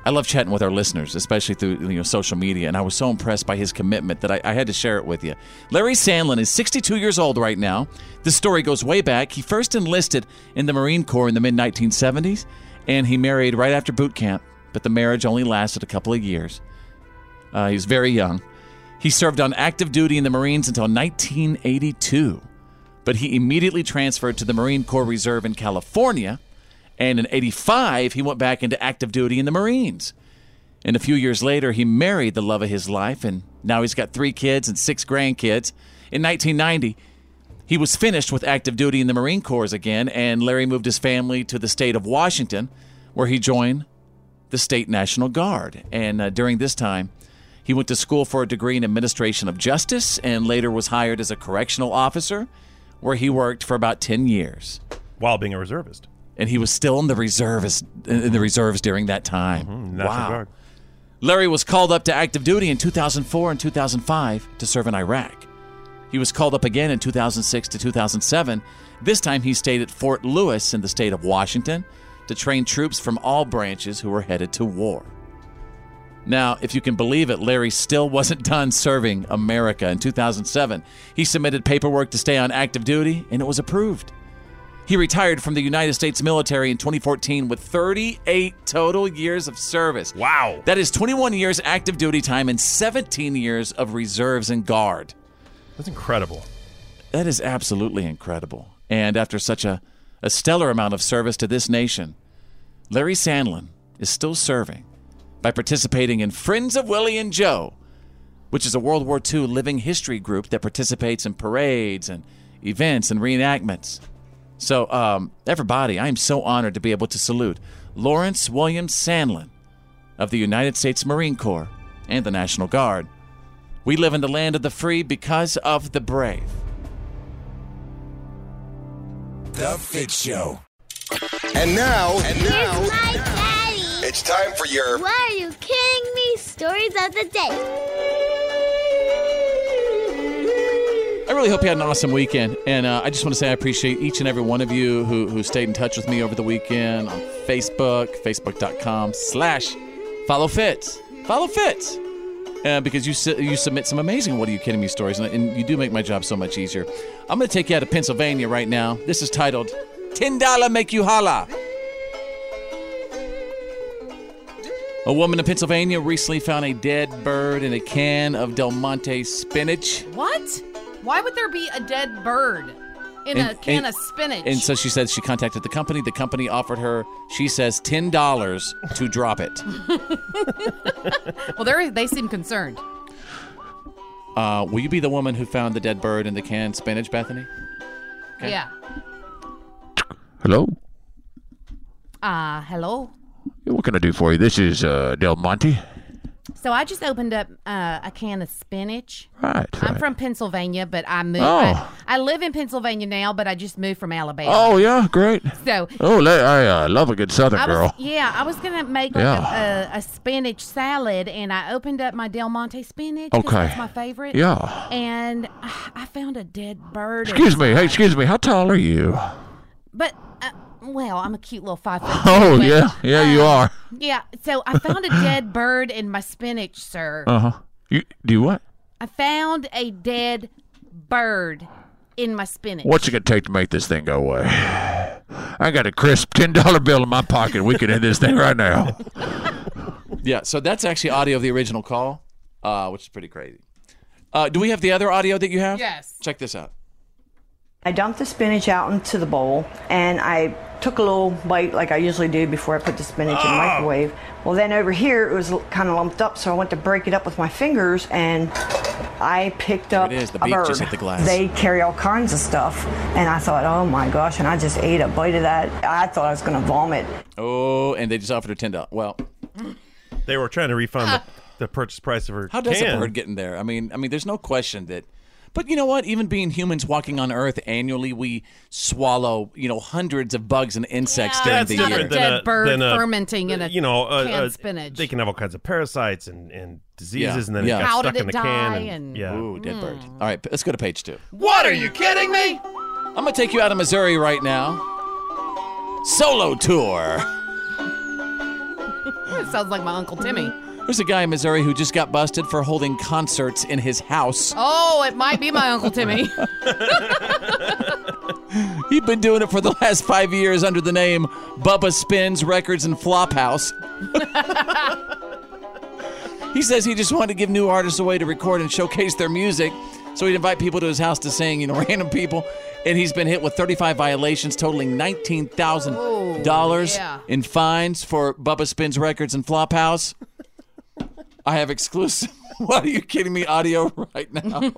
A: I love chatting with our listeners, especially through you know social media, and I was so impressed by his commitment that I, I had to share it with you. Larry Sandlin is 62 years old right now. This story goes way back. He first enlisted in the Marine Corps in the mid 1970s, and he married right after boot camp. But the marriage only lasted a couple of years. Uh, he was very young. He served on active duty in the Marines until 1982, but he immediately transferred to the Marine Corps Reserve in California. And in 85, he went back into active duty in the Marines. And a few years later, he married the love of his life, and now he's got three kids and six grandkids. In 1990, he was finished with active duty in the Marine Corps again, and Larry moved his family to the state of Washington, where he joined the state National Guard. And uh, during this time, he went to school for a degree in administration of justice and later was hired as a correctional officer, where he worked for about 10 years. While being a reservist. And he was still in the reservist in the reserves during that time.
C: Mm-hmm, National Guard.
A: Larry was called up to active duty in 2004 and 2005 to serve in Iraq. He was called up again in 2006 to 2007. This time he stayed at Fort Lewis in the state of Washington to train troops from all branches who were headed to war. Now, if you can believe it, Larry still wasn't done serving America. In 2007, he submitted paperwork to stay on active duty, and it was approved. He retired from the United States military in 2014 with 38 total years of service. Wow. That is 21 years active duty time and 17 years of reserves and guard. That's incredible. That is absolutely incredible. And after such a, a stellar amount of service to this nation, Larry Sandlin is still serving by participating in Friends of Willie and Joe, which is a World War II living history group that participates in parades and events and reenactments. So, um, everybody, I am so honored to be able to salute Lawrence William Sandlin of the United States Marine Corps and the National Guard. We live in the land of the free because of the brave.
D: The Fit Show. And now, and now, it's time for your
O: Why are you kidding me? Stories of the day.
A: I really hope you had an awesome weekend. And uh, I just want to say I appreciate each and every one of you who, who stayed in touch with me over the weekend on Facebook, facebook.com slash follow Fitz. Follow Fitz. Uh, because you su- you submit some amazing what are you kidding me stories and, and you do make my job so much easier. I'm going to take you out of Pennsylvania right now. This is titled $10 Make You Holla. A woman in Pennsylvania recently found a dead bird in a can of Del Monte spinach.
B: What? Why would there be a dead bird in a
A: And-
B: can
A: and-
B: of spinach?
A: And so she said she contacted the company. The company offered her, she says, ten dollars to drop it.
B: well, they they seem concerned.
A: Uh, will you be the woman who found the dead bird in the canned spinach, Bethany?
B: Yeah.
S: Hello.
B: Uh, hello.
S: What can I do for you? This is uh, Del Monte.
B: So I just opened up uh, a can of spinach.
S: Right.
B: I'm from Pennsylvania, but I moved.
S: Oh.
B: I, I live in Pennsylvania now, but I just moved from Alabama.
S: Oh yeah, great.
B: So
S: Oh, la- I uh, love a good Southern
B: I was,
S: girl.
B: Yeah, I was gonna make like
S: Yeah.
B: a, a, a spinach salad, and I opened up my Del Monte spinach. 'cause
S: Okay.
B: that's my favorite.
S: Yeah.
B: and I, I found a dead bird. or
S: Excuse me. Hey,
B: something.
S: excuse me. How tall are you?
B: But uh, well, I'm a cute little five foot.
S: Oh
B: two, but-
S: yeah, yeah, you are.
B: yeah. So I found a dead bird in my spinach, sir.
S: Uh huh. You do you what?
B: I found a dead bird in my spinach.
S: What's it gonna take to make this thing go away? I got a crisp ten dollar bill in my pocket. We could end this thing right now.
A: Yeah, so that's actually audio of the original call, uh, which is pretty crazy. Uh, do we have the other audio that you have?
U: Yes.
A: Check this out.
U: I dumped the spinach out into the bowl and I took a little bite like I usually do before I put the spinach in the microwave. Well, then over here it was kind of lumped up, so I went to break it up with my fingers and I picked up
A: it is. The
U: a
A: beak
U: bird.
A: just hit the glass.
U: They carry all kinds of stuff, and I thought, oh my gosh, and I just ate a bite of that. I thought I was going to vomit.
A: Oh, and they just offered her ten dollars. Well,
C: they were trying to refund the, the purchase price of her.
A: How does
C: can.
A: a bird get in there? I mean, I mean, there's no question that. But you know what? Even being humans walking on Earth annually, we swallow you know hundreds of bugs and insects during
C: That's
A: the year.
C: different than a,
B: bird
C: than a-
B: fermenting in a
C: you know a-
B: canned
C: a-
B: spinach.
C: They can have all kinds of parasites and, and diseases, and then
A: yeah.
C: it got
B: How
C: stuck
B: did
C: in
B: it
C: the can.
B: die
C: And,
B: and- Hmm.
C: yeah,
A: Ooh, dead bird. All right, let's go to page two.
U: What are you kidding me?
A: I'm gonna take you out of Missouri right now. Solo tour.
B: sounds like my uncle Timmy.
A: There's a guy in Missouri who just got busted for holding concerts in his house.
B: Oh, it might be my uncle Timmy.
A: He'd been doing it for the last five years under the name Bubba Spins Records and Flophouse. he says he just wanted to give new artists a way to record and showcase their music. So he'd invite people to his house to sing, you know, random people. And he's been hit with 35 violations totaling $19,000
B: yeah.
A: in fines for Bubba Spins Records and Flophouse. I have exclusive. What are you kidding me? Audio right now.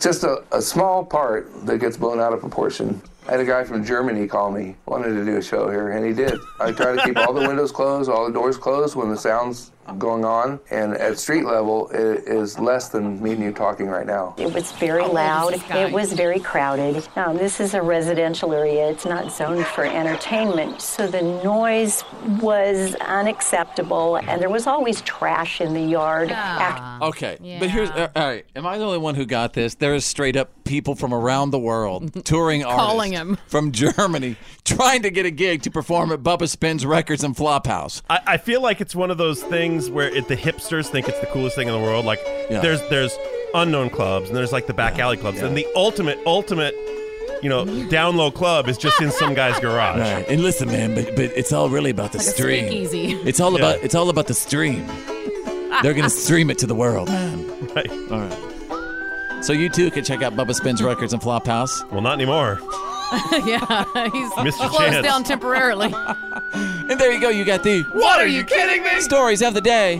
L: just a, a small part that gets blown out of proportion. I had a guy from Germany call me, wanted to do a show here, and he did. I try to keep all the windows closed, all the doors closed when the sound's going on, and at street level, it is less than me and you talking right now.
R: It was very
L: Oh,
R: loud. It was very crowded. Um, this is a residential area. It's not zoned for entertainment. So the noise was unacceptable, and there was always trash in the yard. Act-
A: Okay, but here's all right. Am I the only one who got this? There is straight up people from around the world, touring artists,
B: Calling him.
A: from Germany, trying to get a gig to perform at Bubba Spins Records and Flophouse.
C: I, I feel like it's one of those things where it, the hipsters think it's the coolest thing in the world. Like
A: Yeah.
C: there's there's unknown clubs and there's like the back alley clubs, and the ultimate ultimate you know down low club is just in some guy's garage.
A: Right. And listen, man, but but it's all really about the
B: Like a
A: stream.
B: speakeasy.
A: It's all about it's all about the stream. They're gonna stream it to the world, man.
C: Right.
A: All right. So you too can check out Bubba Spins Records and Flophouse.
C: Well, not anymore.
B: yeah, he's
A: Mr.
B: closed
A: Chance.
B: down temporarily.
A: And there you go. You got the
B: What are you kidding me?
A: Stories of the day.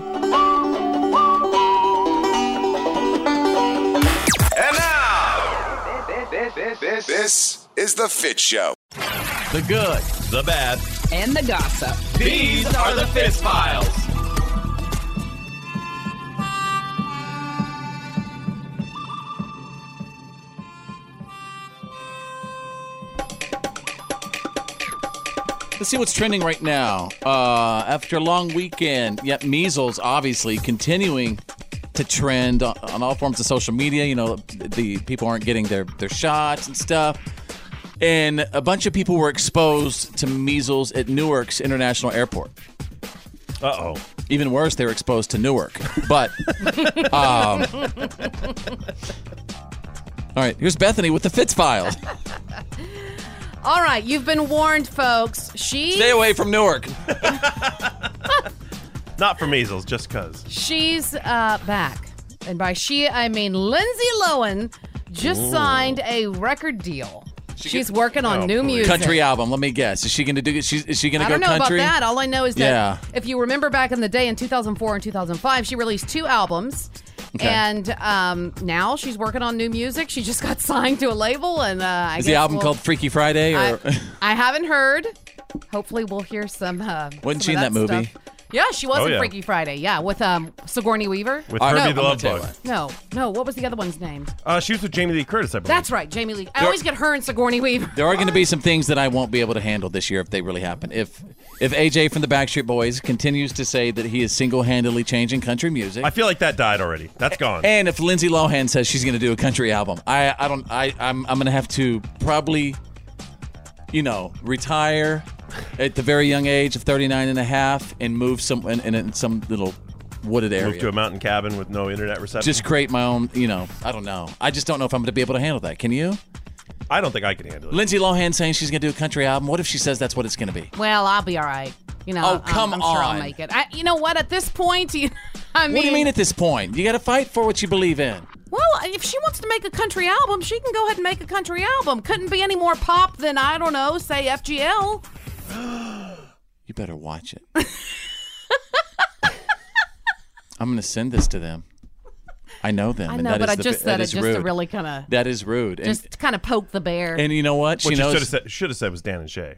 D: This, this is The Fit Show.
A: The good,
C: the bad,
T: and the gossip.
D: These are the Fist
T: Files.
A: Let's see what's trending right now. Uh, after a long weekend, yep, measles obviously continuing to trend on, on all forms of social media. You know, the people aren't getting their, their shots and stuff. And a bunch of people were exposed to measles at Newark's International Airport.
C: Uh oh.
A: Even worse, they were exposed to Newark. But, um,
H: Um,
A: all right, here's Bethany with the Fitz file.
B: All right, you've been warned, folks. She
A: Stay away from Newark.
C: Not for measles, just cause.
B: She's uh, back. And by she, I mean Lindsay Lohan just
A: Ooh. Oh,
B: signed a record deal. She's working on new music.
A: Country album. Let me guess. Is she gonna do? She's, is she gonna
B: I
A: go
B: don't know
A: country?
B: about that. All I know is that
A: Yeah.
B: if you remember back in the day in 2004 and 2005, she released two albums.
A: Okay.
B: And um, now she's working on new music. She just got signed to a label, and uh, I
A: Is
B: guess
A: the album
B: we'll-
A: called Freaky Friday? Or
B: I haven't heard. Hopefully, we'll hear some. Uh,
A: wasn't she
B: some
A: in
B: of
A: that movie?
B: stuff. Yeah, she was
C: Oh,
B: in
C: yeah.
B: Freaky Friday. Yeah, with um Sigourney Weaver.
C: With
B: no,
C: Herbie the Love Bug.
B: No, no. What was the other one's name?
C: Uh, she was with Jamie Lee Curtis, I believe.
B: That's right, Jamie Lee. I always get her and Sigourney Weaver.
A: There are going to be some things that I won't be able to handle this year if they really happen. If if AJ from the Backstreet Boys continues to say that he is single-handedly changing country music, I
C: feel like that died already. That's gone.
A: And if Lindsay Lohan says she's going to do a country album, I I don't I I'm I'm going to have to probably you know, retire at the very young age of 39 and a half and move some in, in, in some little wooded area.
C: Move to a mountain cabin with no internet reception.
A: Just create my own, you know, I don't know. I just don't know if I'm going to be able to handle that. Can you?
C: I don't think I can handle it.
A: Lindsay Lohan saying she's going to do a country album. What if she says that's what it's going to be?
B: Well, I'll be all right. You know,
A: Oh,
B: I'm-
A: come
B: I'm sure
A: on.
B: I'll make it. I, you know what? At this point, you, I mean,
A: what do you mean at this point? You got to fight for what you believe in.
B: Well, if she wants to make a country album, she can go ahead and make a country album. Couldn't be any more pop than I don't know, say FGL.
A: You better watch it. I'm going to send this to them. I know them.
B: I
A: and
B: know,
A: that
B: but
A: is
B: I
A: the-
B: just
A: that
B: said it
A: is
B: just
A: rude.
B: to really kind of
A: That is rude. And-
B: just kind of poke the bear.
A: And you know what? She
C: What you
A: knows.
C: should have said, should have said was Dan and Shay.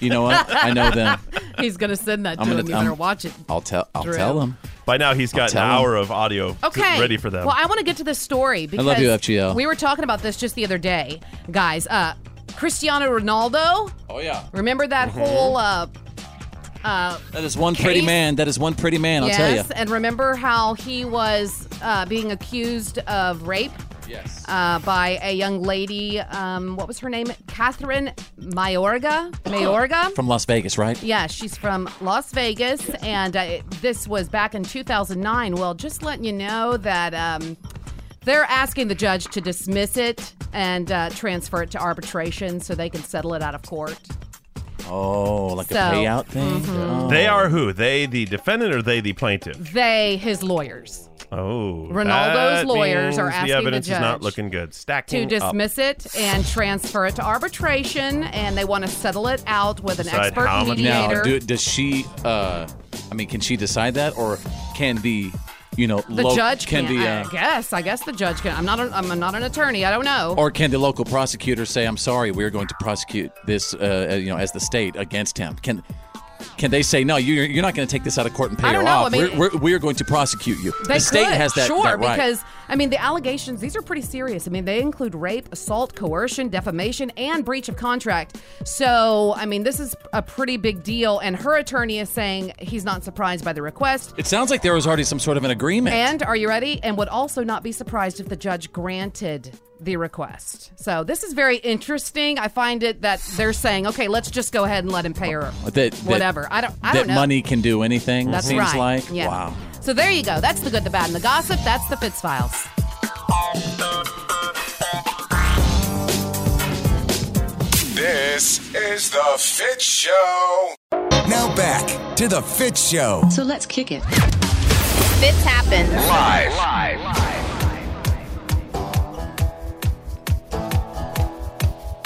A: You know what? I know them.
B: He's gonna send that to
C: I'm gonna-
B: him. You
C: I'm-
B: better watch it.
A: I'll tell. I'll
B: Drew.
A: tell them.
C: By now, he's got an
A: tell 'em.
C: hour of audio t-
B: Okay.
C: ready for them.
B: Well, I want to get to this story
A: I
B: because
A: love you, FGL.
B: we were talking about this just the other day, guys. Uh, Cristiano Ronaldo.
A: Oh yeah.
B: Remember that
A: Mhm.
C: Mm-hmm.
B: whole. Uh, uh,
A: That is one pretty
B: Case?
A: man. That is one pretty man. I'll
B: yes,
A: tell you.
B: and remember how he was uh, being accused of rape.
A: Yes.
B: Uh, by a young lady. Um, what was her name? Catherine Mayorga. Mayorga.
A: From Las Vegas, right?
B: Yeah, she's from Las Vegas, and uh, it- this was back in 2009. Well, just letting you know that um, they're asking the judge to dismiss it and uh, transfer it to arbitration so they can settle it out of court.
A: Oh, like
B: So- mm-hmm.
A: a payout thing. Oh.
C: They are who? They the defendant or they the plaintiff?
B: They, his lawyers,
C: Oh,
B: Ronaldo's
C: that
B: lawyers are
C: means
B: asking
C: the
B: the
C: evidence is not
B: judge
C: looking good.
B: to
C: Stacking up.
B: dismiss it and transfer it to arbitration, and they want to settle it out with an
A: Decide
B: expert
A: how much-
B: mediator.
A: Now, do, does she? Uh, I mean, can she decide that, or can the, you know,
B: the
A: lo-
B: judge
A: can
B: can.
A: the, uh,
B: I guess. I guess the judge can. I'm not. A, I'm not an attorney. I don't know.
A: or can the local prosecutor say, "I'm sorry, we are going to prosecute this," uh, uh, you know, as the state against him? Can can they say, "No, you're, you're not going to take this out of court and pay
B: I don't
A: her
B: know.
A: off.
B: I mean-
A: we're, we're, we're going to prosecute you."
B: They
A: the state
B: could,
A: has that,
B: sure,
A: that right.
B: because I mean the allegations these are pretty serious. I mean they include rape, assault, coercion, defamation, and breach of contract. So I mean this is a pretty big deal. And her attorney is saying he's not surprised by the request.
A: it sounds like there was already some sort of an agreement.
B: And are you ready? And would also not be surprised if the judge granted the request. So this is very interesting. I find it that they're saying, okay, let's just go ahead and let him pay her
A: That- that-
B: whatever. I don't. I
A: that
B: don't know.
A: money can do anything.
B: That's
A: it seems
B: right.
A: like
B: Yeah.
A: wow.
B: So there you go. That's the good, the bad, and the gossip. That's the Fitz Files.
D: This is the Fit Show. Now back to the Fit Show.
I: So let's kick it.
D: Fits happens
I: Live.
D: Live.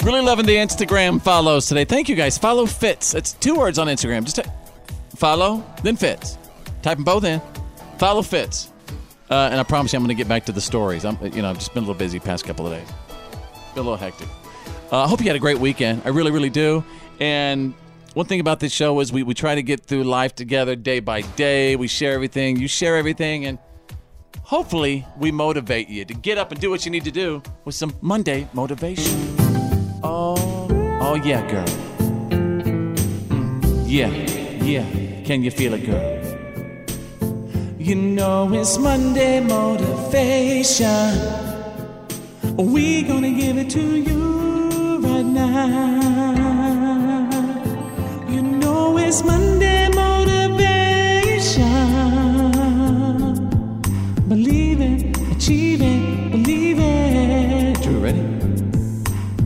A: Really loving the Instagram follows today. Thank you guys. Follow Fitz. It's two words on Instagram. Just type follow, then Fitz. Type them both in. Follow Fitz. Uh, and I promise you, I'm going to get back to the stories. I'm, you know, I've just been a little busy past couple of days. Been a little hectic. Uh, I hope you had a great weekend. I really, really do. And one thing about this show is we, we try to get through life together day by day. We share everything. You share everything. And hopefully, we motivate you to get up and do what you need to do with some Monday motivation. Oh, oh yeah, girl. Mm, Yeah, yeah. Can you feel it, girl? You know it's Monday motivation. We gonna give it to you right now. You know it's Monday motivation. Believe it, achieve it, believe it. Drew, ready?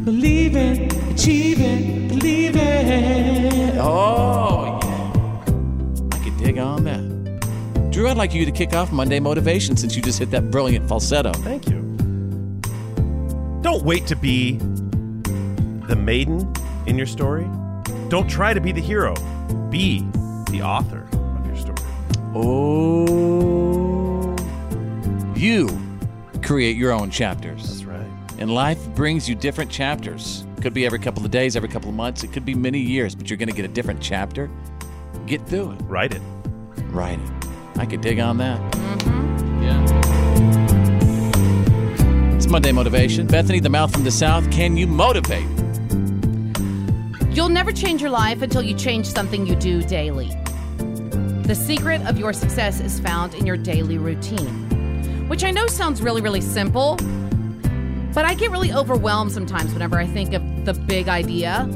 A: Believe it, achieve it, believe it. Oh, yeah. I could dig on that. Drew, I'd like you to kick off Monday Motivation since you just hit that brilliant falsetto.
C: Thank you. Don't wait to be the maiden in your story. Don't try to be the hero. Be the author of your story.
A: Oh. You create your own chapters. That's right. And life brings you different chapters. Could be every couple of days, every couple of months, it could be many years, but you're going to get a different chapter get through it.
C: Write it.
A: Write it. I could dig on that. Yeah. It's Monday motivation. Bethany, the mouth from the south. Can you motivate?
B: You'll never change your life until you change something you do daily. The secret of your success is found in your daily routine, which I know sounds really, really simple, but I get really overwhelmed sometimes whenever I think of the big idea.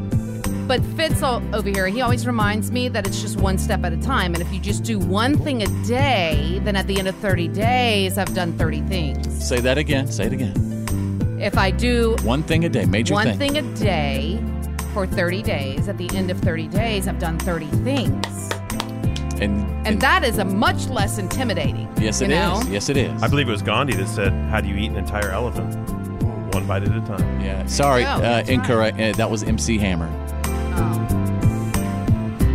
B: But Fitz o- over here, he always reminds me that it's just one step at a time. And if you just do one thing a day, then at the end of 30 days, I've done 30 things.
A: Say that again. Say it again.
B: If I do
A: One thing a day. Major
B: one
A: thing.
B: thing a day for 30 days, at the end of 30 days, I've done 30 things.
A: And
B: And that is a much less intimidating.
A: Yes,
B: you
A: it is.
B: know?
A: Yes, it is.
C: I believe it was Gandhi that said, "How do you eat an entire elephant? One bite at a time."
A: Yeah. sorry,
B: No,
A: uh,
B: that's
A: incorrect. Uh, that was MC Hammer.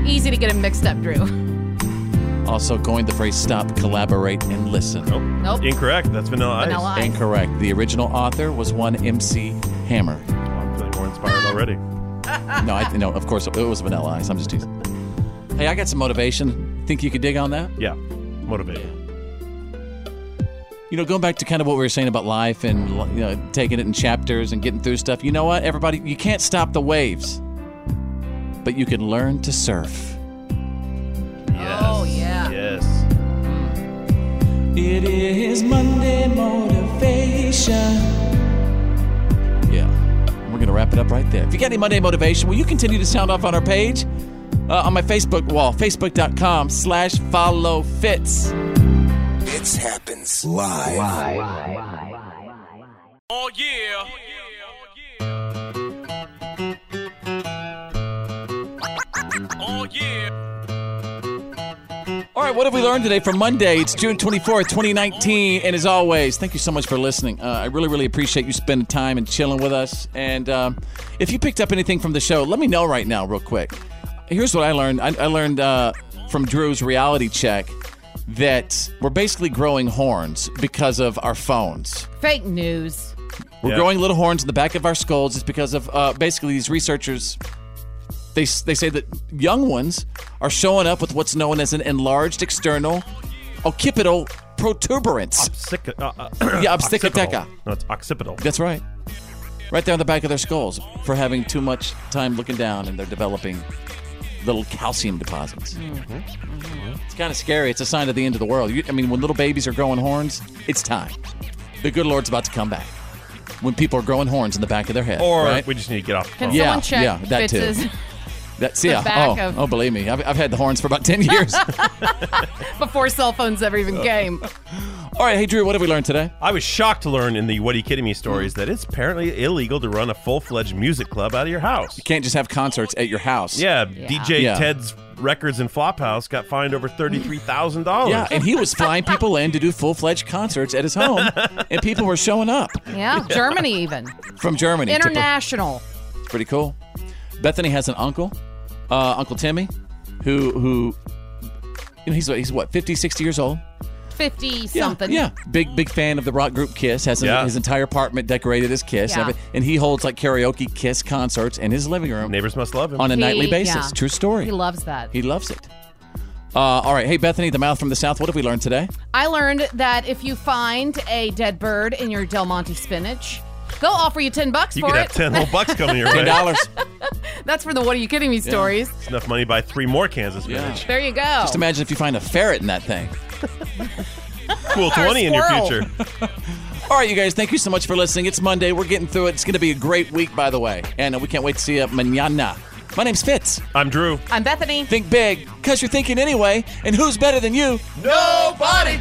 B: Easy to get them mixed up, Drew.
A: Also coined the phrase stop, collaborate, and listen. Nope.
B: Nope.
C: Incorrect. That's Vanilla Ice.
B: Vanilla Ice.
A: Incorrect. The original author was one MC Hammer.
C: I'm feeling more inspired already.
A: No, I, no, of course it was Vanilla Ice. I'm just teasing. Hey, I got some motivation. Think you could dig on that?
C: Yeah, motivated.
A: You know, going back to kind of what we were saying about life and you know, taking it in chapters and getting through stuff. You know what, everybody, you can't stop the waves, but you can learn to surf.
C: Yes. Oh yeah. Yes.
A: It is Monday motivation. Yeah. We're going to wrap it up right there. If you got any Monday motivation, will you continue to sound off on our page? Uh, on my Facebook wall, facebook.com slash follow fits.
D: It happens live.
H: Oh yeah. Oh yeah.
A: All right, what have we learned today for Monday? It's June 24th, 2019. And as always, thank you so much for listening. Uh, I really, really appreciate you spending time and chilling with us. And um, if you picked up anything from the show, let me know right now, real quick. Here's what I learned I, I learned uh, from Drew's reality check that we're basically growing horns because of our phones.
B: Fake news.
A: We're growing little horns in the back of our skulls. It's because of uh, basically these researchers. They, they say that young ones are showing up with what's known as an enlarged external occipital protuberance.
C: Obsic- uh,
A: yeah, obsticateca.
C: No, it's occipital.
A: That's right. Right there on the back of their skulls for having too much time looking down and they're developing little calcium deposits. It's kind of scary. It's a sign of the end of the world. You, I mean, when little babies are growing horns, it's time. The good Lord's about to come back. When people are growing horns in the back of their head,
C: Or
A: right?
C: we just need to get off. The
B: Can
C: phone.
A: yeah,
B: someone check
A: yeah, that
B: Fitz's-
A: too. That's
B: the
A: yeah.
B: back
A: oh,
B: of-
A: oh, believe me, I've, I've had the horns for about ten years.
B: Before cell phones ever even came.
A: All right, hey Drew, what have we learned today?
C: I was shocked to learn in the "What Are You Kidding Me" stories that it's apparently illegal to run a full-fledged music club out of your house.
A: You can't just have concerts at your house.
C: Yeah, DJ
A: Yeah.
C: Ted's Records and Flophouse got fined over thirty-three thousand dollars.
A: Yeah, and he was flying people in to do full fledged concerts at his home, and people were showing up
B: Yeah, Germany even.
A: from Germany. to-
B: International.
A: pretty cool. Bethany has an uncle, uh, Uncle Timmy, who who you know, he's he's what 50, 60 years old.
B: 50
A: Yeah,
B: something.
A: Yeah, big big fan of the rock group Kiss. Has
C: Yeah.
A: his entire apartment decorated as Kiss, and
B: Yeah.
A: everything. and he holds like karaoke Kiss concerts in his living room
C: Neighbors must love him.
A: on a nightly
B: He-
A: basis.
B: yeah.
A: True story.
B: He loves that.
A: He loves it. Uh, all right, hey Bethany, the mouth from the south. What have we learned today?
B: I learned that if you find a dead bird in your Del Monte spinach, they'll offer you 10 bucks
C: you
B: for
C: could
B: it.
C: have ten whole bucks coming your way.
A: Ten dollars.
B: That's for the What Are You Kidding Me stories.
C: It's enough money to buy three more Kansas spinach.
B: There you go.
A: Just imagine if you find a ferret in that thing.
C: Cool
B: Or a
C: twenty in your
B: squirrel.
C: future.
A: All right, you guys, thank you so much for listening. It's Monday. We're getting through it. It's going to be a great week, by the way. And uh, we can't wait to see you manana. My name's Fitz.
C: I'm Drew.
B: I'm Bethany.
A: Think big, because you're thinking anyway. And who's better than you?
H: Nobody.